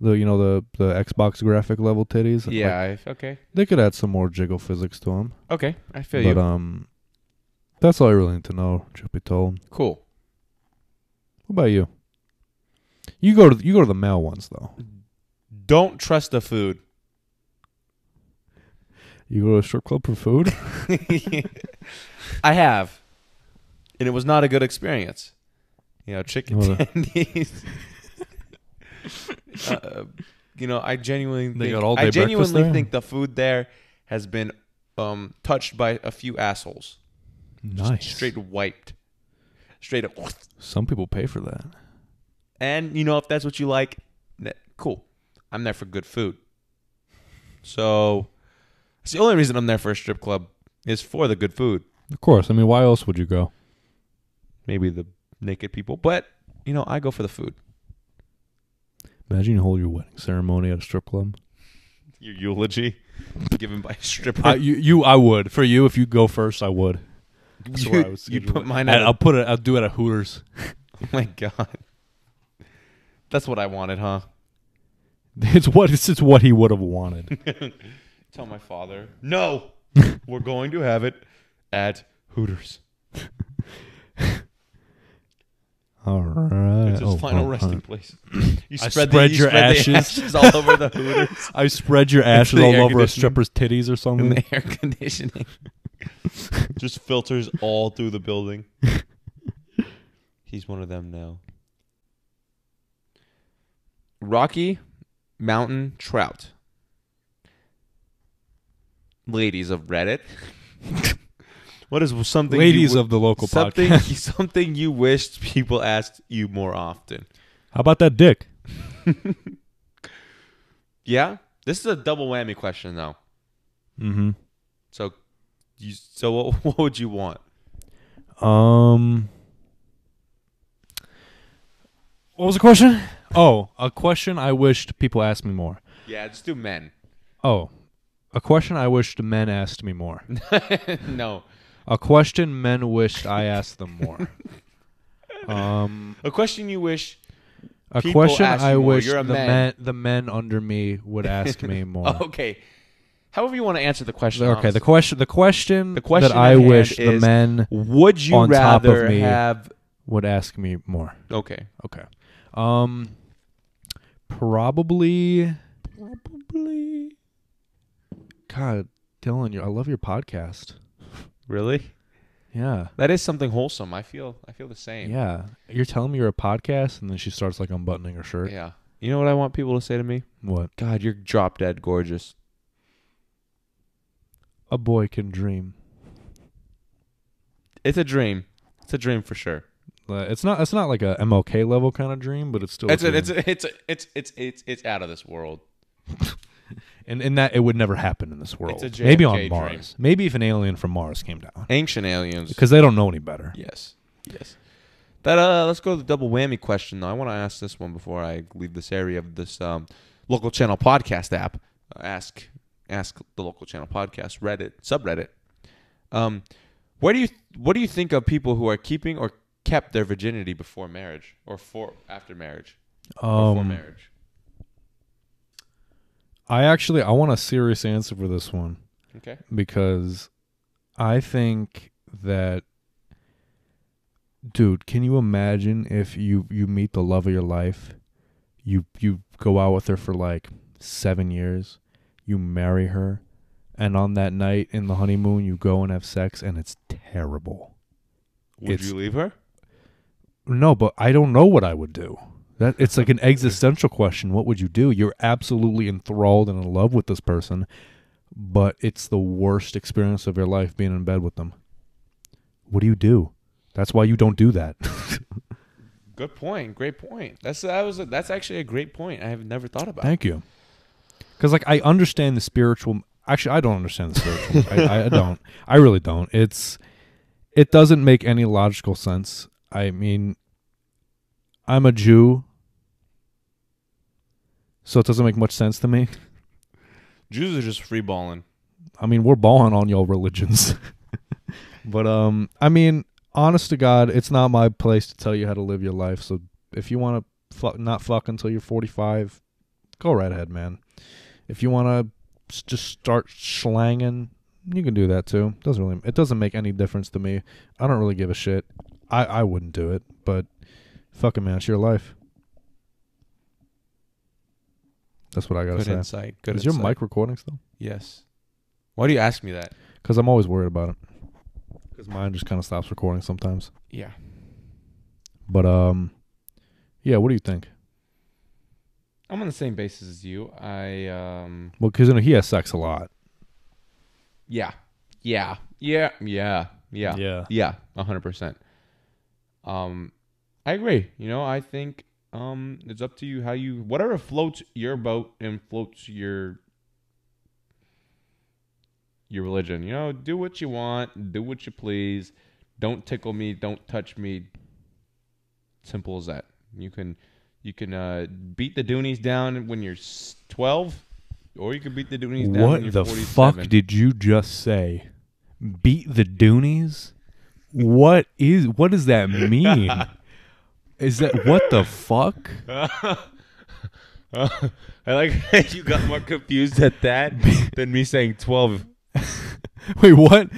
The you know the the Xbox graphic level titties. Like, Yeah. I, okay. they could add some more jiggle physics to them. Okay. I feel But you. um that's all I really need to know, truth be told. cool. What about you? You go to you go to the male ones though. Don't trust the food. You go to a strip club for food? I have, and it was not a good experience. You know, chicken Well, uh, tendies. uh, you know, I genuinely They think, got all day I breakfast genuinely there? think the food there has been um, touched by a few assholes. Just nice. Straight wiped. Straight up. Some people pay for that. And you know, if that's what you like, ne- cool. I'm there for good food. So it's the only reason I'm there for a strip club is for the good food. Of course. I mean, why else would you go? Maybe the naked people, but you know, I go for the food. Imagine you hold your wedding ceremony at a strip club. Your eulogy given by a stripper. you, you, I would. For you, if you go first, I would. That's you, where I would you schedule put it. mine And out. I'll put it. I'll do it at Hooters. oh my god. That's what I wanted, huh? It's what it's, it's what he would have wanted. Tell my father. No, we're going to have it at Hooters. All right. It's his Oh, final oh, resting oh. place. You I spread, spread the, you your spread the ashes. ashes all over the Hooters. I spread your ashes the all air over a conditioning. stripper's titties or something. in the air conditioning. Mm-hmm. Just filters all through the building. He's one of them now. Rocky Mountain Trout. Ladies of Reddit. what is something you Ladies would- of the local something podcast. something you wished people asked you more often? How about that dick? Yeah? This is a double whammy question though. Mm-hmm. So you so what, what would you want? Um, what was the question? Oh, a question I wished people asked me more. Yeah, just do men. Oh, a question I wished men asked me more. no. a question men wished I asked them more. um, A question you wish. a People question ask I you more. wish You're the a men. man. the men under me would ask me more. Oh, okay. However you want to answer the question. okay, the honestly. question, the question, The question that at I hand wish the is- men Would you on top of rather me. have? would ask me more. Okay. Okay. Um probably probably God, Dylan, you I love your podcast. Really? Yeah. That is something wholesome. I feel. I feel the same. Yeah. You're telling me you're a podcast and then she starts like unbuttoning her shirt. Yeah. You know what I want people to say to me? What? God, you're drop dead gorgeous. A boy can dream. It's a dream. It's a dream for sure. Uh, It's not it's not like a MLK level kind of dream, but it's still a It's a, it's dream. a, it's a, it's it's it's it's out of this world. and in that it would never happen in this world. a Maybe JFK on dream. Mars. Maybe if an alien from Mars came down. Ancient aliens. Because they don't know any better. Yes. Yes. That uh, let's go to the double whammy question though. I want to ask this one before I leave this area of this um, local channel podcast app. Uh, ask ask the local channel podcast Reddit subreddit. Um, where do you what do you think of people who are keeping or kept their virginity before marriage or for after marriage or for Um, marriage? I actually I want a serious answer for this one. Okay. because I think that dude, can you imagine if you you meet the love of your life, you you go out with her for like 7 years, you marry her, and on that night in the honeymoon you go and have sex and it's terrible. Would It's- you leave her? No, but I don't know what I would do. That it's like an existential question. What would you do? You're absolutely enthralled and in love with this person, but it's the worst experience of your life being in bed with them. What do you do? That's why you don't do that. Good point. Great point. That's that was a, that's actually a great point. I have never thought about. Thank you. Because like I understand the spiritual. Actually, I don't understand the spiritual. I, I don't. I really don't. It's it doesn't make any logical sense. I mean, I'm a Jew, so it doesn't make much sense to me. Jews are just free balling. I mean, we're balling on your religions. but um I mean, honest to God, it's not my place to tell you how to live your life. So if you want to fuck not fuck until you're 45, go right ahead, man. If you want to just start slanging, you can do that too. Doesn't really it doesn't make any difference to me. I don't really give a shit. I I wouldn't do it, but fucking man, it's your life. That's what I gotta Good say. insight. Good Is insight. your mic recording still? Yes. Why do you ask me that? Because I'm always worried about it. Because mine just kind of stops recording sometimes. Yeah. But um, yeah. What do you think? I'm on the same basis as you. I um Well, because you know, he has sex a lot. yeah. Yeah. Yeah. Yeah. Yeah. Yeah. Yeah, a hundred percent. Um, I agree. You know, I think um, it's up to you how you whatever floats your boat and floats your your religion. You know, do what you want, do what you please. Don't tickle me, don't touch me. Simple as that. You can you can uh, beat the Doonies down when you're s- twelve, or you can beat the Doonies down when What you're the 47. fuck did you just say? Beat the Doonies? What is? What does that mean? is that what the fuck? I like that you got more confused at that than me saying 12. Wait, what?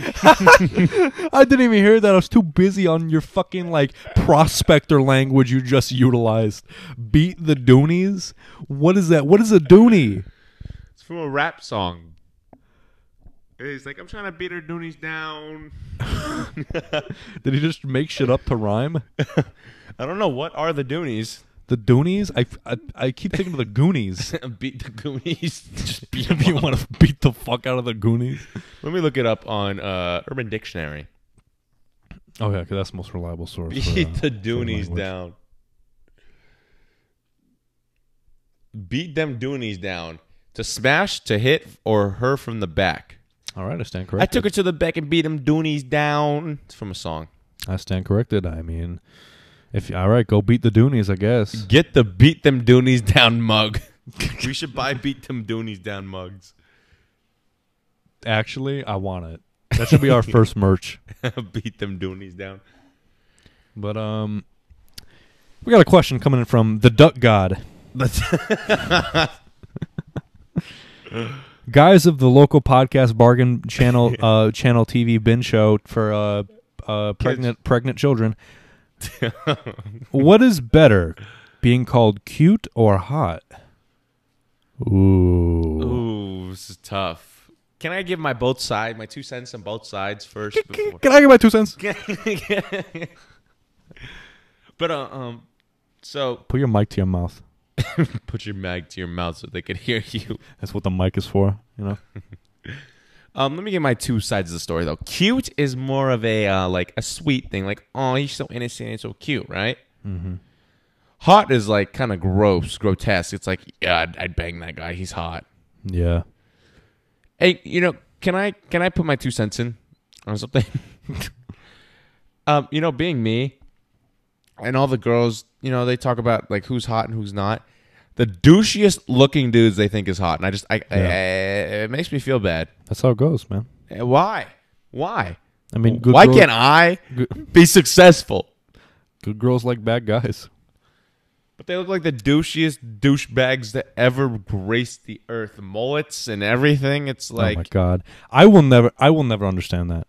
I didn't even hear that. I was too busy on your fucking like prospector language you just utilized. Beat the Doonies? What is that? What is a Dooney? It's from a rap song. He's like, I'm trying to beat her doonies down. Did he just make shit up to rhyme? I don't know what are the doonies. The Doonies? I, I, I keep thinking of the Goonies. beat the goonies. Just beat 'em if you up. want to beat the fuck out of the Goonies. Let me look it up on uh, Urban Dictionary. Okay, Oh, 'cause that's the most reliable source. for, uh, Beat the for doonies language. down. Beat them doonies down. To smash, to hit, or her from the back. All right, I stand I corrected. took her to the back and beat them doonies down. It's from a song. I stand corrected. I mean, if all right, go beat the Doonies, I guess. Get the beat them doonies down mug. we should buy beat them doonies down mugs. Actually, I want it. That should be our first merch. beat them doonies down. But um, we got a question coming in from the Duck God. Guys of the local podcast bargain channel, uh, channel TV bin show for uh, uh, pregnant pregnant children. what is better, being called cute or hot? Ooh. Ooh, this is tough. Can I give my both side, my two cents on both sides first? before- Can I get my two cents? but uh, um, so Put your mic to your mouth. put your mag to your mouth so they could hear you. That's what the mic is for, you know. Um, let me get my two sides of the story though. Cute is more of a uh, like a sweet thing, like oh he's so innocent and so cute, right? Mm-hmm. Hot is like kind of gross, grotesque. It's like yeah, I'd, I'd bang that guy. He's hot. Yeah. Hey, you know, can I can I put my two cents in on something? um, you know, being me, and all the girls, you know, they talk about like who's hot and who's not. The douchiest looking dudes they think is hot, and I just I, I- it makes me feel bad. That's how it goes, man. Eh, Why? Why? I mean, good Why girl- can't I be successful? good girls like bad guys? But they look like the douchiest douchebags that ever graced the earth. Mullets and everything. It's like oh my god, I will never, I will never understand that,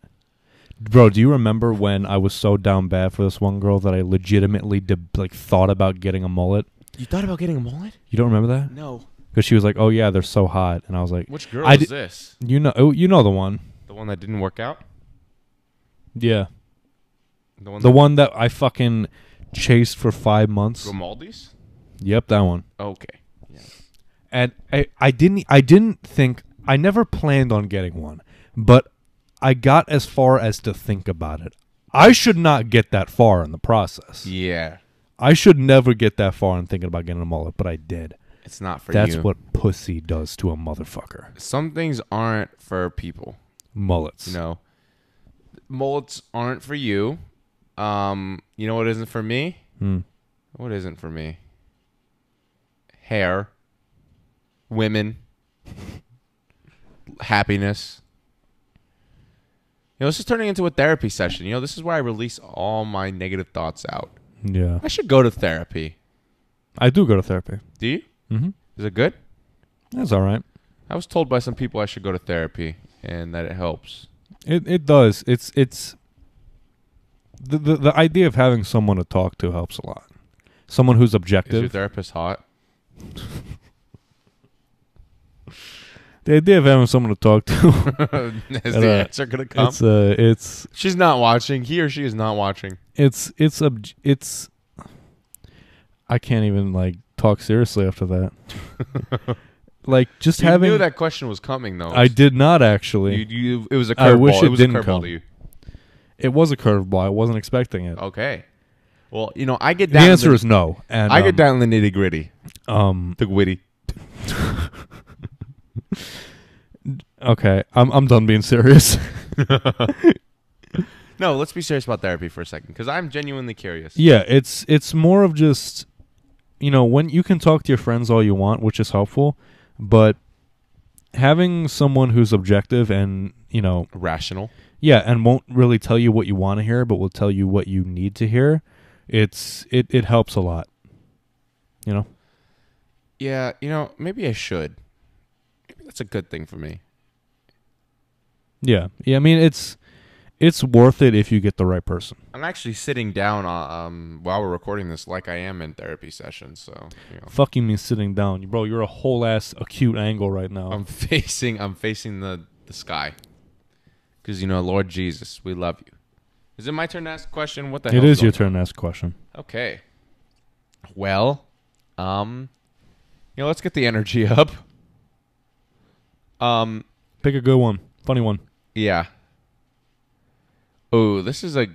bro. Do you remember when I was so down bad for this one girl that I legitimately did, like thought about getting a mullet? you thought about getting a mullet? You don't remember that? No. Because she was like, "Oh yeah, they're so hot," and I was like, Which girl I is di- this? You know, oh, you know the one. The one that didn't work out. Yeah, The one. the that one that I fucking chased for five months. Grimaldi's. Yep, that one. Okay. and I, I didn't I didn't think I never planned on getting one, but I got as far as to think about it. I should not get that far in the process. Yeah. I should never get that far in thinking about getting a mullet, but I did. It's not for That's you. what pussy does to a motherfucker. Some things aren't for people. Mullets. You know. Hmm. Mullets aren't for you. Um. You know what isn't for me? What isn't for me? Hair, women, happiness. You know, this is turning into a therapy session. You know, this is where I release all my negative thoughts out. Yeah. I should go to therapy. I do go to therapy. Do you? Mhm. Is it good? That's all right. I was told by some people I should go to therapy and that it helps. It it does. It's it's the, the the idea of having someone to talk to helps a lot. Someone who's Is your objective. therapist hot? The idea of having someone to talk to. Is the Uh, answer gonna come? it's uh it's She's not watching. He or she is not watching. it's it's obj- it's I can't even like talk seriously after that. like just You having knew that question was coming though. I did not actually. You, you, it was a I curveball. it, wish it was didn't a curveball come. to you. It was a curveball. I wasn't expecting it. Okay. Well, you know, I get the down. answer Oh, the, is no. And I um, get down in the nitty gritty, Um. the witty. Okay. I'm I'm done being serious. No, let's be serious about therapy for a second, because I'm genuinely curious. yeah. It's it's more of just, you know, when you can talk to your friends all you want, which is helpful, but having someone who's objective and you know, Rational. yeah, and won't really tell you what you want to hear, but will tell you what you need to hear. It's it it helps a lot. You know. Yeah, you know, maybe I should. Maybe that's a good thing for me. Yeah. Yeah. I mean, it's it's worth it if you get the right person. I'm actually sitting down uh, um, while we're recording this, like I am in therapy sessions. So, you know, fucking me sitting down. Bro, you're a whole ass acute angle right now. I'm facing, I'm facing the the sky, because you know, Lord Jesus, we love you. Is it my turn to ask a question? What the it hell? is your turn to ask a question. Okay. Well, um, you know, let's get the energy up. Um, Pick a good one. Funny one. yeah. Oh, this is a,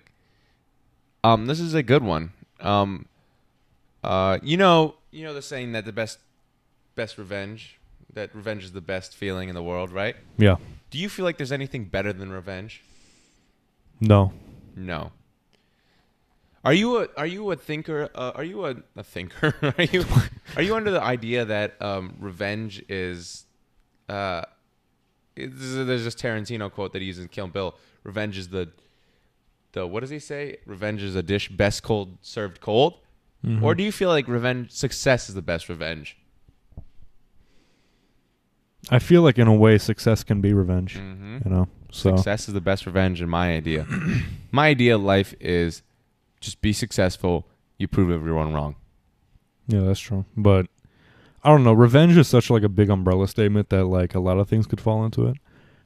um, this is a good one. Um, uh, you know, you know the saying that the best, best revenge, that revenge is the best feeling in the world, right? Yeah. Do you feel like there's anything better than revenge? No. No. Are you a are you a thinker? Uh, are you a, a thinker? are you are you under the idea that um, revenge is? Uh, it- this is- there's this Tarantino quote that he uses in Kill Bill. Revenge is the the what does he say? Revenge is a dish best cold served cold. Or do you feel like revenge success is the best revenge? I feel like in a way success can be revenge. Mm-hmm. You know? So Success is the best revenge in my idea. my idea of life is just be successful. You prove everyone wrong. yeah, that's true. But I don't know. Revenge is such like a big umbrella statement that like a lot of things could fall into it.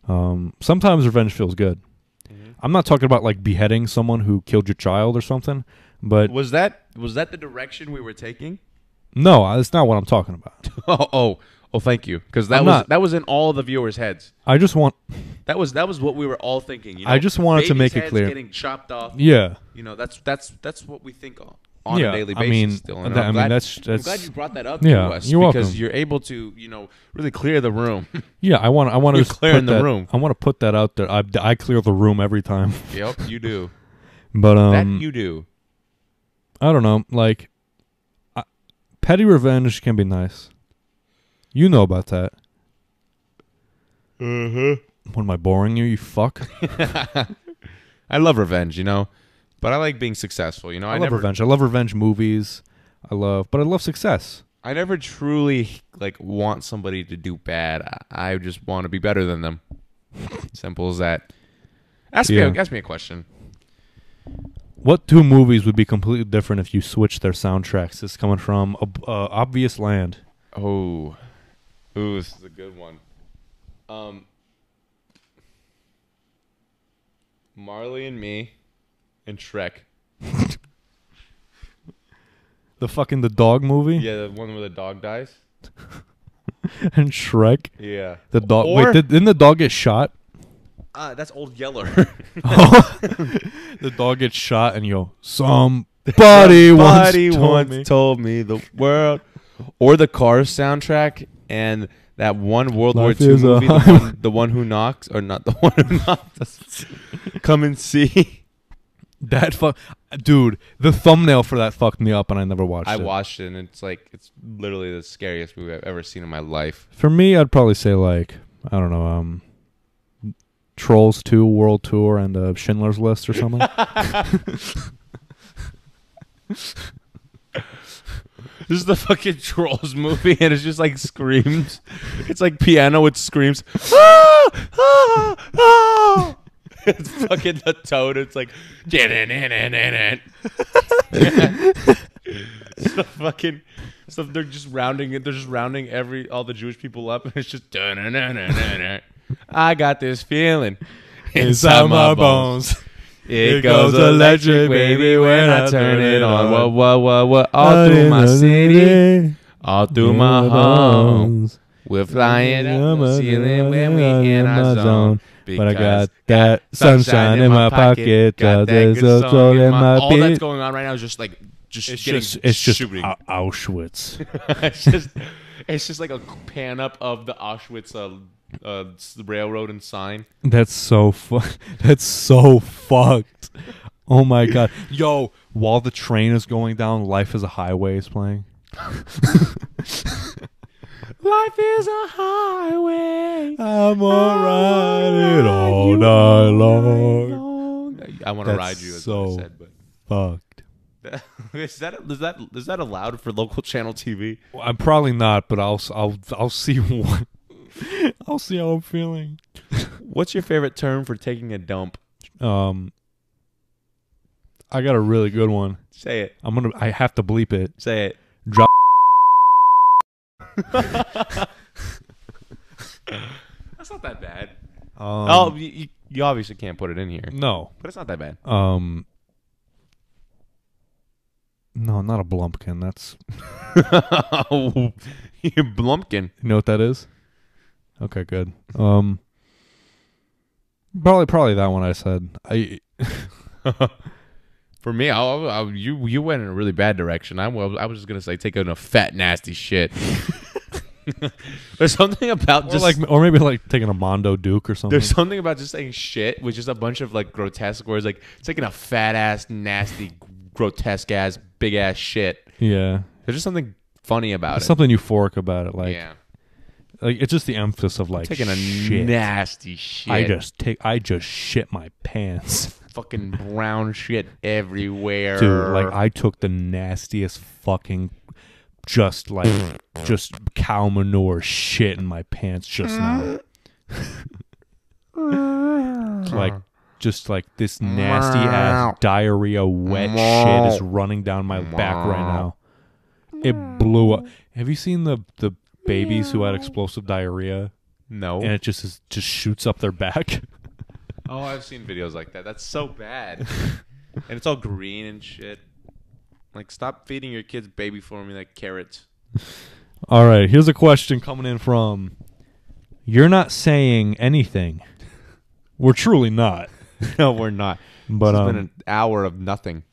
Um, sometimes revenge feels good. Mm-hmm. I'm not talking about like beheading someone who killed your child or something, but Was that was that the direction we were taking? no, I- that's not what I'm talking about. oh, oh, oh, thank you, because that I'm was not- that was in all the viewers' heads. I just want, That was that was what we were all thinking. You know? I just wanted to Babies' make it heads clear. Getting chopped off. yeah, You know, that's that's that's what we think on, on Yeah, a daily I basis. mean, still, and that- I'm I mean, glad, that's- I'm that's- glad you brought that up. Yeah, to us you're because welcome. you're able to you know really clear the room. Yeah, I want. I want You're to clearing put the that- room. I want to put that out there. I, I clear the room every time, yep, you do but that. um, you do. I don't know. Like, I, petty revenge can be nice. You know about that. Uh huh. What am I boring you? You fuck. I love revenge, you know, but I like being successful. You know, I, I, love never revenge. I love revenge movies. I love, but I love success. I never truly like want somebody to do bad. I, I just want to be better than them. Simple as that. Ask Yeah. me. A, ask me a question. What two movies would be completely different if you switched their soundtracks? This is coming from ob- uh, obvious land. Oh, ooh, this is a good one. Um, Marley and me, and Shrek. The fucking the dog movie Yeah, the one where the dog dies. and Shrek. Yeah, The dog. Or- wait, did, didn't the dog get shot? uh, that's Old Yeller. the dog gets shot and yo, somebody once Somebody told once me. told me the world, or the Cars soundtrack, and that one World Life War II is a movie, the highway. one, the one who knocks, or not the one who knocks. Come and see. that fuck. dude, the thumbnail for that fucked me up, and I never watched I it. watched it and it's like it's literally the scariest movie I've ever seen in my life. For me, I'd probably say like I don't know, um, Trolls Two World Tour and uh, Schindler's List or something. This is the fucking trolls movie and it's just like screams. It's like piano with screams. Ah! Ah! Ah! It's fucking the toad. It's like It's the fucking so they're just rounding it. They're just rounding every all the Jewish people up and it's just I got this feeling inside my bones. It goes electric, baby, when I turn it on. What, what, what, what? All through my city, all through my home. We're flying up the ceiling when we in our zone. But I got that sunshine in my pocket. got Got that there's good a soul in my my all that's beat. going on right now is just like just It's getting just, it's just uh, shooting. Au- Auschwitz. it's just it's just like a pan up of the Auschwitz uh, uh, railroad and sign. That's so fu- That's so fucked. Oh my god. Yo, while the train is going down, Life is a Highway is playing. Life is a highway. I'm alright all night long. I want to That's ride you. Is so- what I said, but. Fucked. is that is that is that allowed for local channel TV? Well, I'm probably not, but I'll s- I'll I'll see what I'll see how I'm feeling. What's your favorite term for taking a dump? Um, I got a really good one. Say it. I'm gonna I have to bleep it. Say it. Drop. That's not that bad. Um, oh, you, you- you obviously can't put it in here, no. but it's not that bad. Um. No, not a blumpkin. That's You're blumpkin. you know what that is. Okay, good. Um. Probably, probably that one I said. I For me, I, I, I- you you went in a really bad direction. I, was- I was just gonna say taking a fat nasty shit. There's something about or just like, or maybe like taking a Mondo Duke or something. There's something about just saying shit with just a bunch of like grotesque words, like taking a fat ass, nasty, grotesque ass, big ass shit. yeah, There's just something funny about There's something euphoric about it. it. Like, yeah, like it's just the emphasis of like taking a shit. nasty shit. I just take. I just shit my pants, fucking brown shit everywhere. dude. Like I took the nastiest fucking, just like just cow manure shit in my pants just now. like just like this nasty ass diarrhea wet shit is running down my back right now. It blew up. Have you seen the the babies who had explosive diarrhea no. and it just is, just shoots up their back? oh, I've seen videos like that. That's so bad. and it's all green and shit. Like, stop feeding your kids baby formula carrots. All right, here's a question coming in from You're not saying anything. We're truly not. no, we're not. But it's um, been an hour of nothing.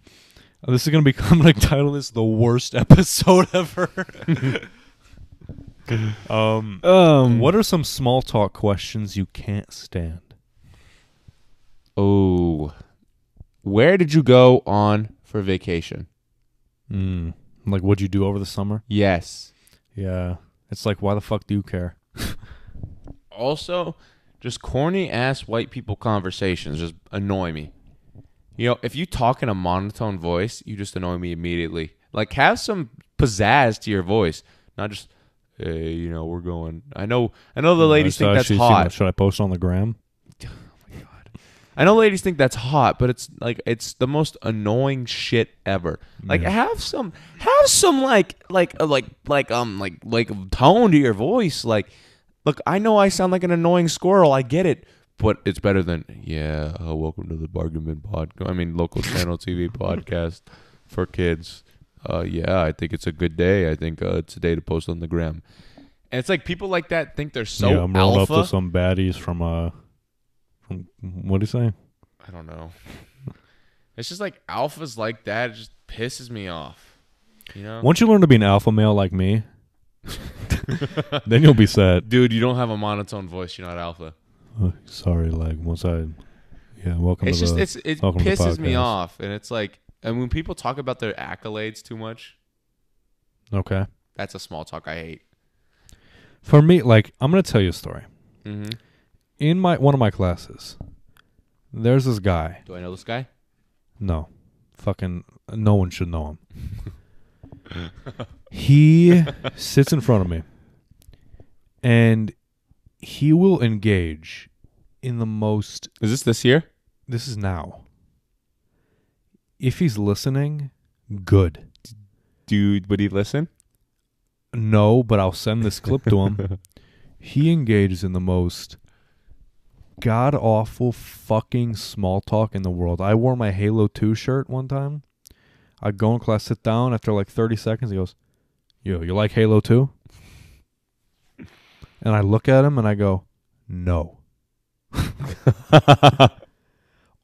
this is going to become like title this the worst episode ever. um, Um, what are some small talk questions you can't stand? Oh, where did you go on for vacation? Hmm. Mm, like what'd you do over the summer? Yes. Yeah. It's like why the fuck do you care? Also, just corny ass white people conversations just annoy me. You know, if you talk in a monotone voice, you just annoy me immediately. Like, have some pizzazz to your voice, not just, hey, you know, we're going. I know, I know the ladies So think Mm, I that's should- hot. Should I post on the gram? I know ladies think that's hot, but it's like it's the most annoying shit ever. Like have some have some like like uh, like like um like like tone to your voice. Like look, I know I sound like an annoying squirrel. I get it. But it's better than yeah. Uh, welcome to the Bargain Bin pod. I mean, local channel TV podcast for kids. Uh, yeah, I think it's a good day. I think uh, it's a day to post on the gram. And it's like people like that think they're so yeah, I'm rolling alpha. up with some baddies from uh from what do you say? I don't know. It's just like alphas like that. It just pisses me off. You know, Once you learn to be an alpha male like me, then you'll be sad. dude, you don't have a monotone voice. You're not alpha. Oh, sorry, like once I, yeah, welcome It's to just the. it's it welcome to the pisses me podcast. off, and it's like And when people talk about their accolades too much, Okay. that's a small talk I hate. For me, like I'm gonna tell you a story. Mm-hmm. In my one of my classes, there's this guy. Do I know this guy? No, fucking no one should know him. he sits in front of me, and he will engage in the most. Is this this year? This is now. If he's listening, good. Dude, would he listen? No, but I'll send this clip to him. he engages in the most god awful fucking small talk in the world. I wore my Halo 2 shirt one time. I go in class, sit down. After like 30 seconds, he goes, Yo, you like Halo 2? And I look at him and I go, No.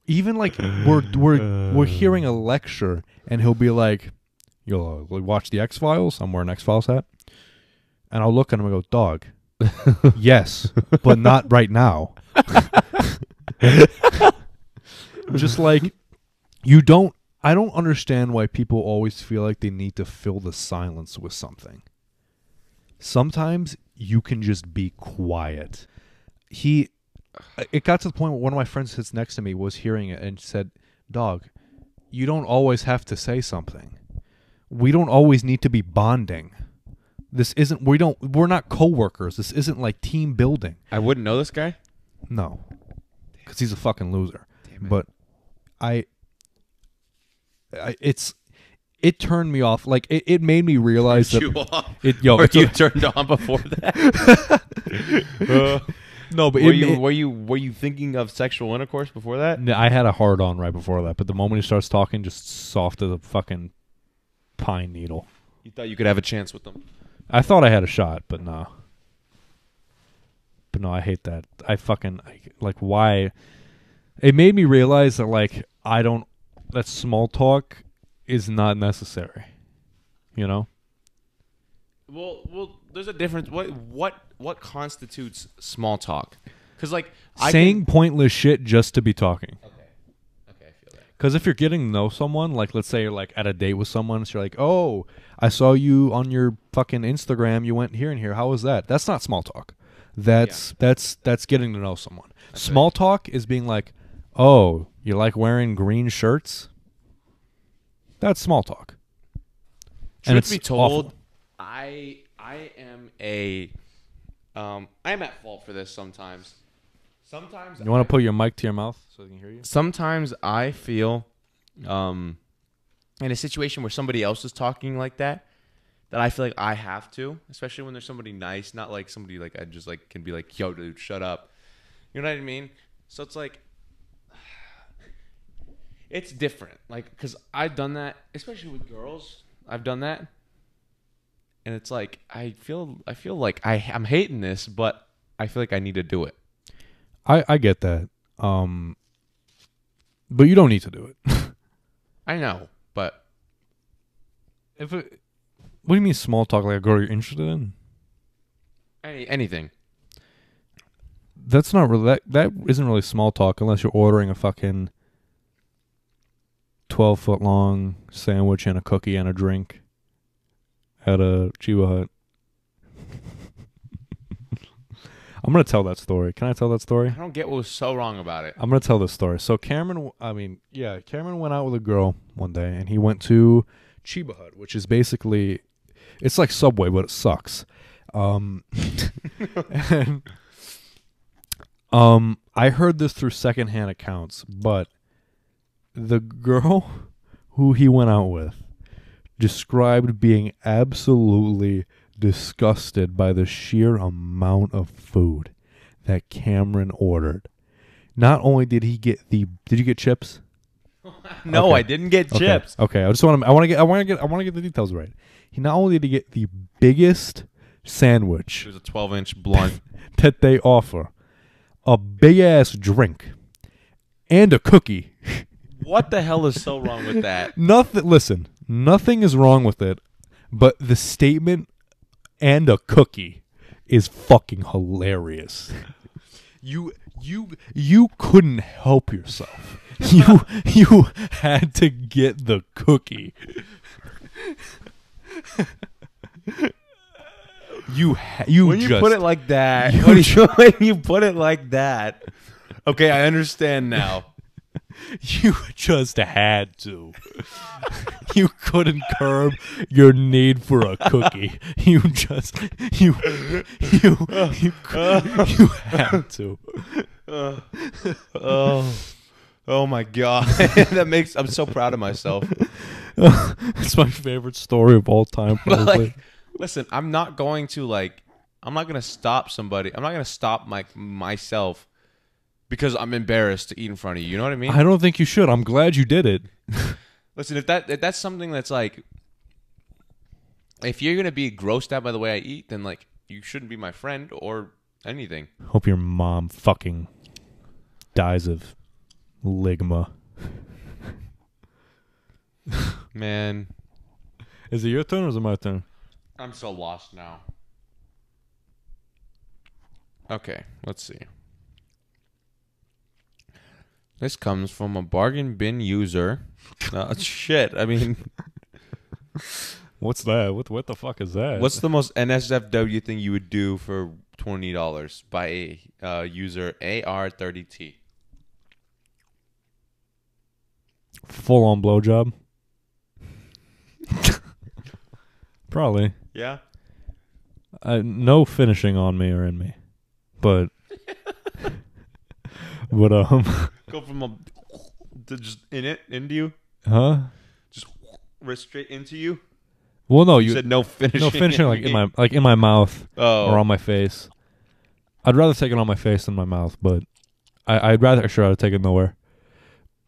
Even like we're we're we're hearing a lecture and he'll be like, You'll uh, watch the X Files. I'm wearing X Files hat. And I'll look at him and go, Dog, yes, but not right now. Just like you don't, I don't understand why people always feel like they need to fill the silence with something. Sometimes you can just be quiet. He, it got to the point where one of my friends sits next to me was hearing it and said, Dog, you don't always have to say something. We don't always need to be bonding. This isn't we don't we're not coworkers. This isn't like team building. I wouldn't know this guy. No, because he's a fucking loser. But I, I, it's it turned me off. Like it, it made me realize that you off. it- yo, Were it's you a- turned on before that? Uh, no, but were it, you it- were you were you thinking of sexual intercourse before that? No, I had a hard on right before that. But the moment he starts talking, just soft as a fucking pine needle. You thought you could have a chance with them. I thought I had a shot, but no. But no, I hate that. I fucking I, like why. It made me realize that like I don't that small talk is not necessary. You know? Well, well, there's a difference. What what what constitutes small talk? Because like Saying pointless shit just to be talking. okay, I feel that. Because if you're getting to know someone, like let's say you're like at a date with someone, so you're like, oh, I saw you on your fucking Instagram. You went here and here. How was that? That's not small talk. That's that's that's getting to know someone. small talk is being like, oh, you like wearing green shirts. That's small talk. Truth it's be told, awful. I I am a um I'm at fault for this sometimes. Sometimes You want to put your mic to your mouth so they can hear you. sometimes I feel um in a situation where somebody else is talking like that that I feel like I have to, especially when there's somebody nice, not like somebody like I just like can be like, "Yo, dude, shut up." You know what I mean? So it's like it's different. Like cuz I've done that, especially with girls. I've done that. And it's like I feel I feel like I I'm hating this, but I feel like I need to do it. I I get that. Um, but you don't need to do it. I know, but if it, what do you mean small talk? Like a girl you're interested in? any, anything that's not really that, that isn't really small talk unless you're ordering a fucking 12 foot long sandwich and a cookie and a drink at a chiba hut i'm gonna tell that story can i tell that story I don't get what was so wrong about it. I'm gonna tell this story. So Cameron, w- I mean, yeah, Cameron went out with a girl one day, and he went to Chiba Hut, which is basically, it's like Subway, but it sucks. Um, and, um, I heard this through secondhand accounts, but the girl who he went out with described being absolutely disgusted by the sheer amount of food that Cameron ordered not only did he get the did you get chips No, Okay. I didn't get Okay. chips. okay, i just want to i want to get i want to get i want to get the details right he not only did he get the biggest sandwich It was a 12 inch blunt. that they offer a big ass drink and a cookie what the hell is so wrong with that? nothing listen nothing is wrong with it but the statement and a cookie is fucking hilarious you you you couldn't help yourself. you you had to get the cookie. you ha- you when you just put it like that, when you, when you put it like that, okay, I understand now. you just had to. you couldn't curb your need for a cookie. You just you you you, cou- you had to. Oh, oh my god, that makes I'm so proud of myself. It's my favorite story of all time. But Probably. like, listen, I'm not going to like, I'm not gonna stop somebody. I'm not gonna stop my myself because I'm embarrassed to eat in front of you. You know what I mean? I don't think you should. I'm glad you did it. Listen, if that if that's something that's like, if you're gonna be grossed out by the way I eat, then like you shouldn't be my friend or anything. Hope your mom fucking dies of ligma. Man, Is it your turn or is it my turn? I'm so lost now. Okay, let's see. This comes from a bargain bin user. Uh, shit, I mean, What's that? What what the fuck is that? what's the most NSFW thing you would do for twenty dollars by a uh, user AR30T? full on blowjob? Probably. Yeah. Uh, no finishing on me or in me, but but um, Go from a to just in it into you, huh? just wrist straight into you. Well, no, You, Oh, you said no finishing. no finishing like in my like in my mouth oh or on my face. I'd rather take it on my face than my mouth, but I, I'd rather sure I'd take it nowhere.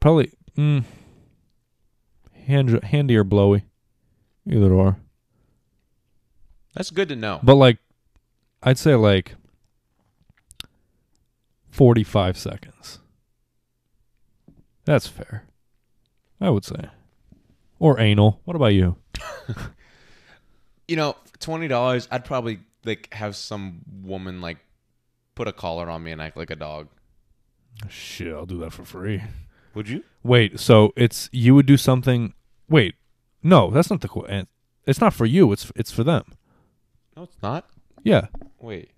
Probably mm, hand handy or blowy, either or. That's good to know. But like, I'd say like forty-five seconds. That's fair, I would say. Or anal. What about you? you know, for twenty dollars, I'd probably like have some woman like put a collar on me and act like a dog. Shit, I'll do that for free. Would you? Wait, so it's you would do something? Wait, no, that's not the qu- an- It's not for you. It's it's for them. No, it's not. Yeah. Wait,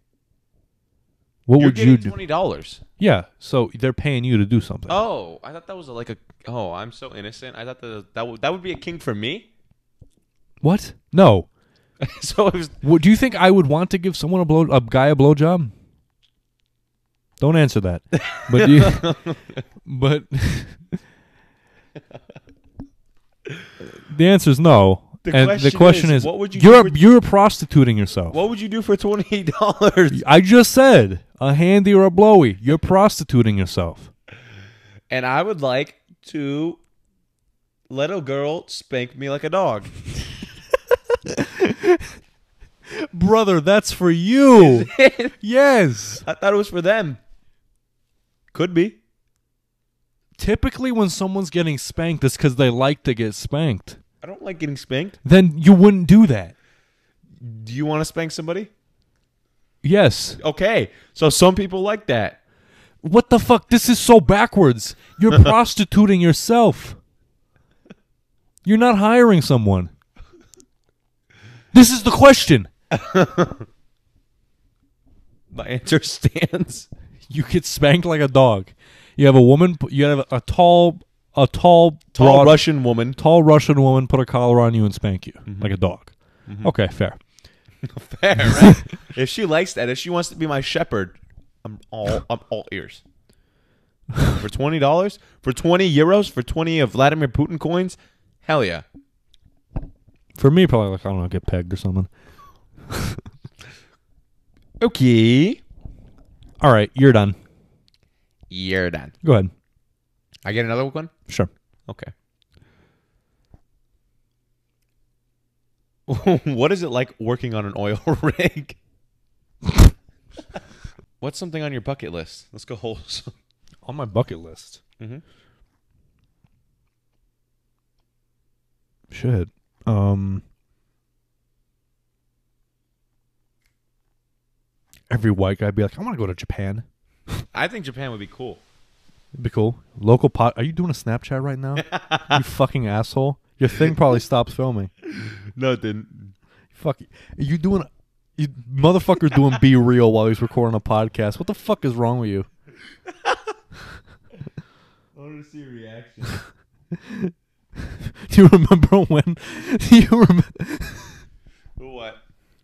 What you're would you getting do? twenty dollars. yeah. So they're paying you to do something. Oh, I thought that was like a. Oh, I'm so innocent. I thought that that would, that would be a king for me. What? No. so it was. What, do you think I would want to give someone a blow a guy a blowjob? Don't answer that. But you, but the answer is no. The and question the question is, is, what would you are do for- you're prostituting yourself. What would you do for twenty dollars? I just said a handy or a blowy. You're prostituting yourself. And I would like to let a girl spank me like a dog. Brother, that's for you. yes. I thought it was for them. Could be. Typically when someone's getting spanked, it's cuz they like to get spanked. I don't like getting spanked. Then you wouldn't do that. Do you want to spank somebody? Yes. Okay, so some people like that. What the fuck? This is so backwards. You're prostituting yourself. You're not hiring someone. This is the question. My answer stands. You get spanked like a dog. You have a woman. You have a tall, a tall, Tall broad, Russian woman. tall Russian woman put a collar on you and spank you like a dog. Okay, fair. Fair, right? if she likes that, if she wants to be my shepherd, I'm all I'm all ears. For twenty dollars, for twenty euros, for twenty of Vladimir Putin coins, hell yeah. For me, probably like I don't know, get pegged or something. Okay, All right, you're done. you're done. Go ahead. I get another one. Sure. Okay. what is it like working on an oil rig? What's something on your bucket list? Let's go wholesome. On my bucket list. Mhm. Shit. Um. Every white guy be like, I want to go to Japan. I think Japan would be cool. It'd be cool. Local pot. Are you doing a Snapchat right now? you fucking asshole. Your thing probably stops filming. No, it didn't. Fuck. You, you doing. You motherfucker doing be real while he's recording a podcast. What the fuck is wrong with you? I want to see a reaction. Do you remember when? Do you, rem- what?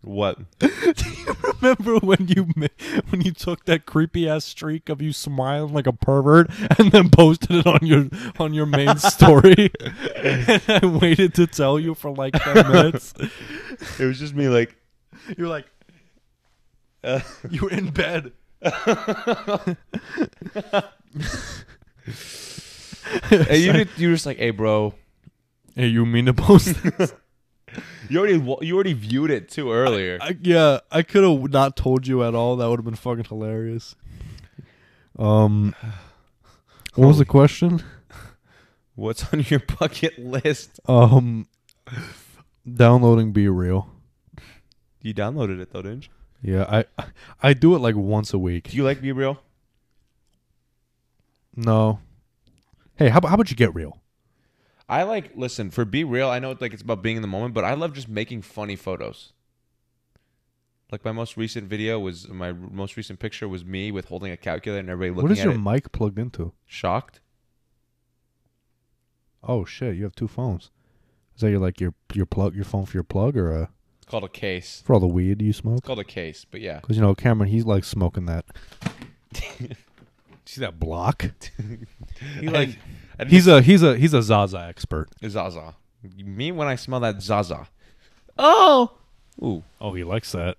What? do you remember when you ma- when you took that creepy ass streak of you smiling like a pervert and then posted it on your on your main story? and I waited to tell you for like ten minutes. It was just me, like. You're like Uh, you were in bed. hey, you did, you were just like, hey, bro, Hey, you mean to post? This? you already wa- you already viewed it too earlier. I, yeah, I could have not told you at all. That would have been fucking hilarious. Um, what was the question? What's on your bucket list? Um, downloading Be Real. You downloaded it though, didn't you? Yeah, I I do it like once a week. Do you like Be Real? No. Hey, how, about- how about you get real? I like listen for Be Real. I know it's like it's about being in the moment, but I love just making funny photos. Like my most recent video was my r- most recent picture was me with holding a calculator and everybody looking what is at your it, mic plugged into? shocked. Oh shit, you have two phones. Is that your like your your plug your phone for your plug or uh, It's called a case. for all the weed you It's smoke? called a case, but yeah. Because you know Cameron, he's like smoking that. See that block? He like and He's a he's a he's a Zaza expert. Zaza. Me when I smell that Zaza. Oh. Ooh. Oh, he likes that.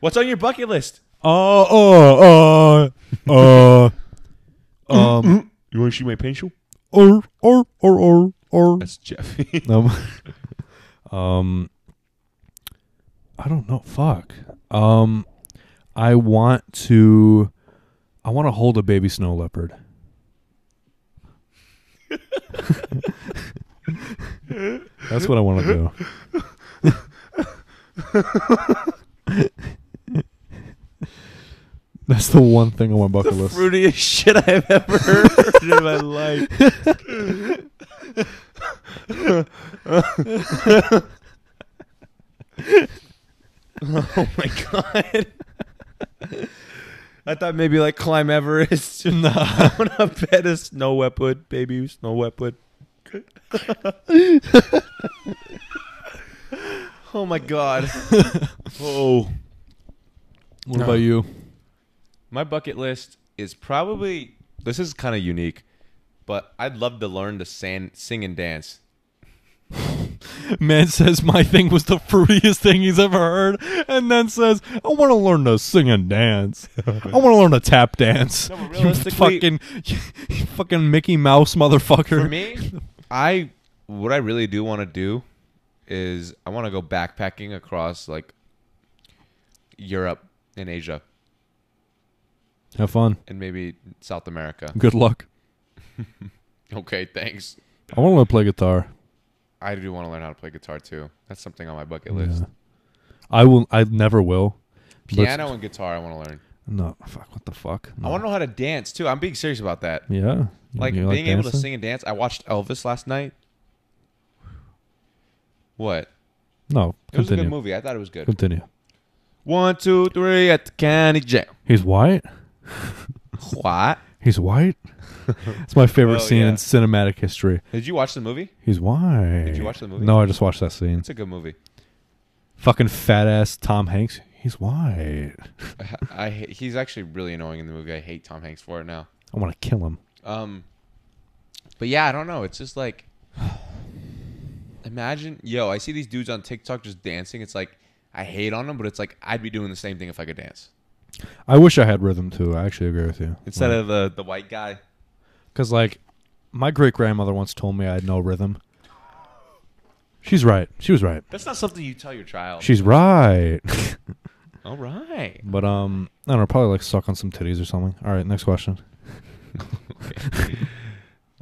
What's on your bucket list? Oh oh oh uh, um You want to shoot my pencil? or or or or or. That's Jeffy. Um, um, I don't know. Fuck. Um, I want to. I want to hold a baby snow leopard. That's what I want to do. That's the one thing on my bucket list. Fruitiest shit I've ever heard in my life. oh my god. I thought maybe like climb Everest. No. I want to pet a snow leopard, baby snow leopard. oh my god. Oh. What about you? My bucket list is probably this is kind of unique, but I'd love to learn to san- sing and dance. Man says my thing was the fruitiest thing he's ever heard, and then says, I want to learn to sing and dance. I want to learn to tap dance. No, but you realistically- fucking, you, fucking Mickey Mouse motherfucker. For me, I what I really do want to do is I want to go backpacking across like Europe and Asia Have fun. and maybe South America. Good luck. Okay, thanks. I want to learn to play guitar. I do want to learn how to play guitar too. That's something on my bucket list. I will. I never will. but- Piano and guitar, I want to learn. No. Fuck. What the fuck? I want to know how to dance too. I'm being serious about that. to. Yeah. You- like you being able to dancing? sing and dance. I watched Elvis last night. What? No. It was a good Continue. movie. I thought it was good. Continue. One, two, three at the county jail. He's white. What? He's white. It's my favorite Oh, scene yeah. in cinematic history. Did you watch the movie? He's white. Did you watch the movie? No, I just watched that scene. It's a good movie. Fucking fat ass Tom Hanks. He's white. I, I he's actually really annoying in the movie. I hate Tom Hanks for it now. I want to kill him. Um, but yeah, I don't know. It's just like, imagine, yo, I see these dudes on TikTok just dancing. It's like I hate on them, but it's like I'd be doing the same thing if I could dance I wish I had rhythm too. I actually agree with you. instead of the the white guy. because like my great grandmother once told me I had no rhythm. She's right. She was right. That's not something you tell your child. She's right. All right. but um, I don't know. Probably like suck on some titties or something. All right, next question.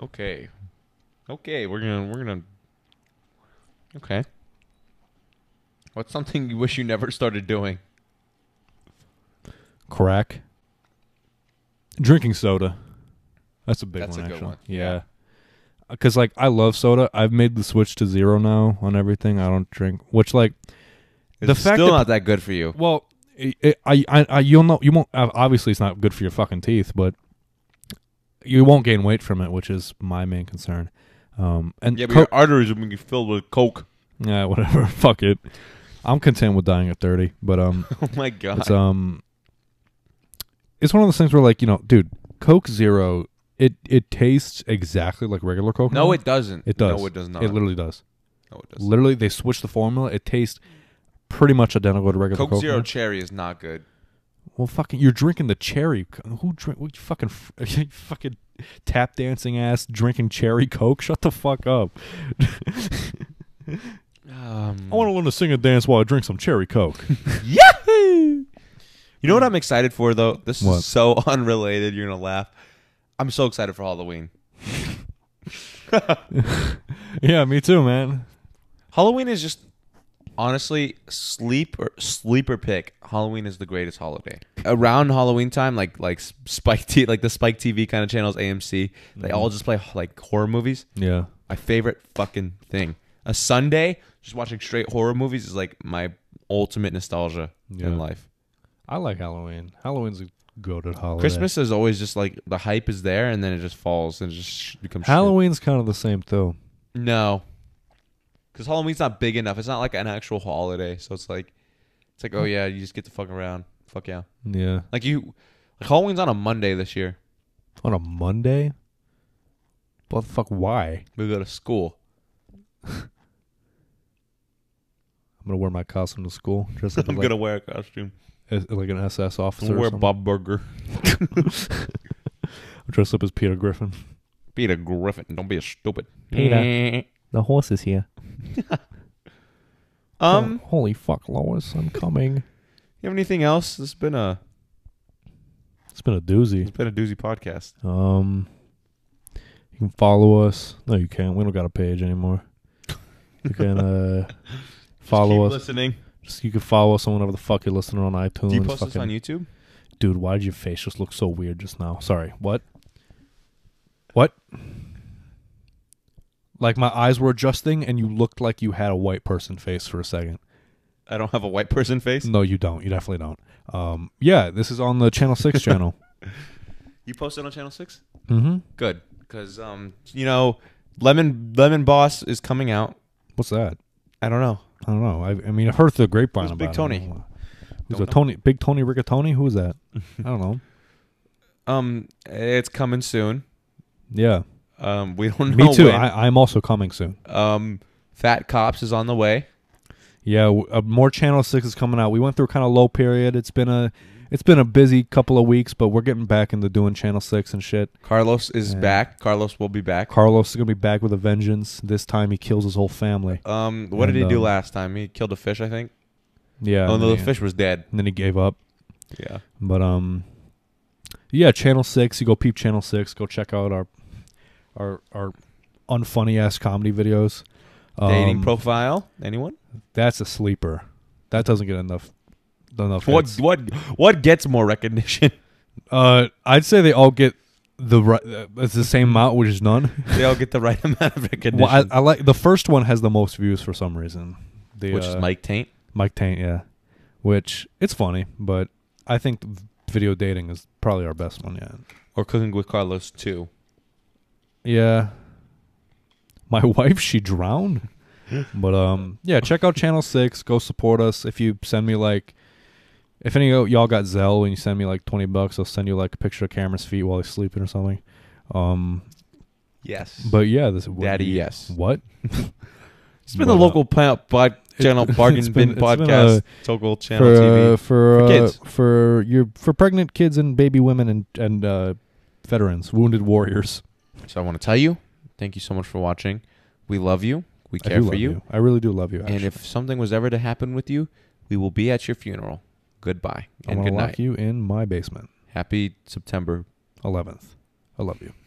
Okay. Okay, we're gonna we're gonna Okay. What's something you wish you never started doing? Crack. Drinking soda. That's a big That's one, a good actually. one. Yeah. Because, like, I love soda. I've made the switch to zero now on everything. I don't drink, which, like, It's The fact still that- Mm, not that good for you. well, i I, I, I, you'll know, you won't, ob- obviously, it's not good for your fucking teeth, but you won't gain weight from it, which is my main concern. Um, and Yeah, but Coke- your arteries are going to be filled with coke. Yeah, whatever. Fuck it. I'm content with dying at 30, but um, Oh my god. it's um, it's one of those things where like you know, dude, Coke Zero, it it tastes exactly like regular Coke. now. no, it doesn't. it does. No, it does not. It literally does. no, it doesn't. Literally, they switched the formula. It tastes pretty much identical to regular Coke. Coke, Zero now. Cherry is not good. Well, fucking, you're drinking the cherry. Co- Who drink? What you fucking, fr- you fucking tap dancing ass drinking cherry Coke? Shut the fuck up. Um, I want to learn to sing and dance while I drink some cherry Coke. Yahoo! You know what I'm excited for though? This is What? so unrelated. You're gonna laugh. I'm so excited for Halloween. yeah, me too, man. Halloween is just honestly sleep or sleeper pick. Halloween is the greatest holiday. Around Halloween time, like like Spike T, like the Spike TV kind of channels, AMC, they all just play like horror movies. Yeah. My favorite fucking thing. A Sunday, just watching straight horror movies is like my ultimate nostalgia Yeah. in life. I like Halloween. Halloween's a goaded holiday. Christmas is always just like the hype is there, and then it just falls and it just sh- becomes shit. Halloween's kind of the same too. No, because Halloween's not big enough. It's not like an actual holiday, so it's like, it's like, oh yeah, you just get to fuck around. Fuck yeah, Yeah. like you, like Halloween's on a Monday this year. On a Monday. What the fuck? Why? We go to school. I'm gonna wear my costume to school. Just I'm like, gonna wear a costume. as- like an SS I'm officer. gonna or wear something. Bob Burger. Dress up as Peter Griffin. Be a Griffin. Don't be a stupid. Peter. The horse is here. Um, Oh, holy fuck, Lois, I'm coming. you have anything else? This has been a It's been a it's doozy. been a doozy podcast. Um, you can follow us. No, you can't. We don't got a page anymore. You can uh, follow us. listening. Just- you can follow us on whatever the fuck you're listening on iTunes. Do you post this fucking- on YouTube? Dude, why did your face just look so weird just now? Sorry. What? What? Like my eyes were adjusting and you looked like you had a white person face for a second. I don't have a white person face. No, you don't. You definitely don't. Um, yeah, this is on the Channel 6 channel. You post it on Channel Six. Mm-hmm. Good, because um, you know, Lemon Lemon Boss is coming out. What's that? I don't know. I don't know. I, I mean, I've heard through the grapevine Who's about Big it. Tony? Who's Don't a know. Tony? Big Tony Rigatoni? Who is that? I don't know. Um, it's coming soon. Yeah. Um, we don't know Me too. when. I, I'm also coming soon. um, Fat Cops is on the way. Yeah, w- uh, more Channel Six is coming out. We went through kind of low period. It's been a it's been a busy couple of weeks, but we're getting back into doing Channel Six and shit. Carlos is Yeah. back. Carlos will be back. Carlos is gonna be back with a vengeance. This time he kills his whole family. um, what did And, he do um, last time? He killed a fish, I think. Yeah. oh and no, the then he- fish was dead. And then he gave up. Yeah. But um, yeah, Channel Six. You go peep Channel Six. Go check out our our our unfunny ass comedy videos. Dating Um, profile? Anyone? That's a sleeper. That doesn't get enough enough. What hits. what what gets more recognition? Uh, I'd say they all get the right. Uh, it's the same amount, which is none. they all get the right amount of recognition. Well, I, I like the first one has the most views for some reason. The, which is uh, Mike Taint. Mike Taint, yeah. Which it's funny, but I think the video dating is probably our best one yet. Or cooking with Carlos too. Yeah. My wife, she drowned. but um, yeah, check out Channel Six. Go support us. If you send me like, if any of y'all got Zell and you send me like twenty bucks, I'll send you like a picture of Cameron's feet while he's sleeping or something. Um, Yes. but yeah, this Daddy, yes. What? It's been the local pa- pod- channel it's bargain been- bin it's been podcast. a- local channel for TV. uh, for For uh, kids. for your for pregnant kids and baby women and and uh, veterans, wounded warriors. So I want to tell you, thank you so much for watching. We love you. We I care do for love you. I really do love you. Actually. And if something was ever to happen with you, we will be at your funeral. Goodbye I and want good to lock night. you in my basement, Happy September eleventh. I love you.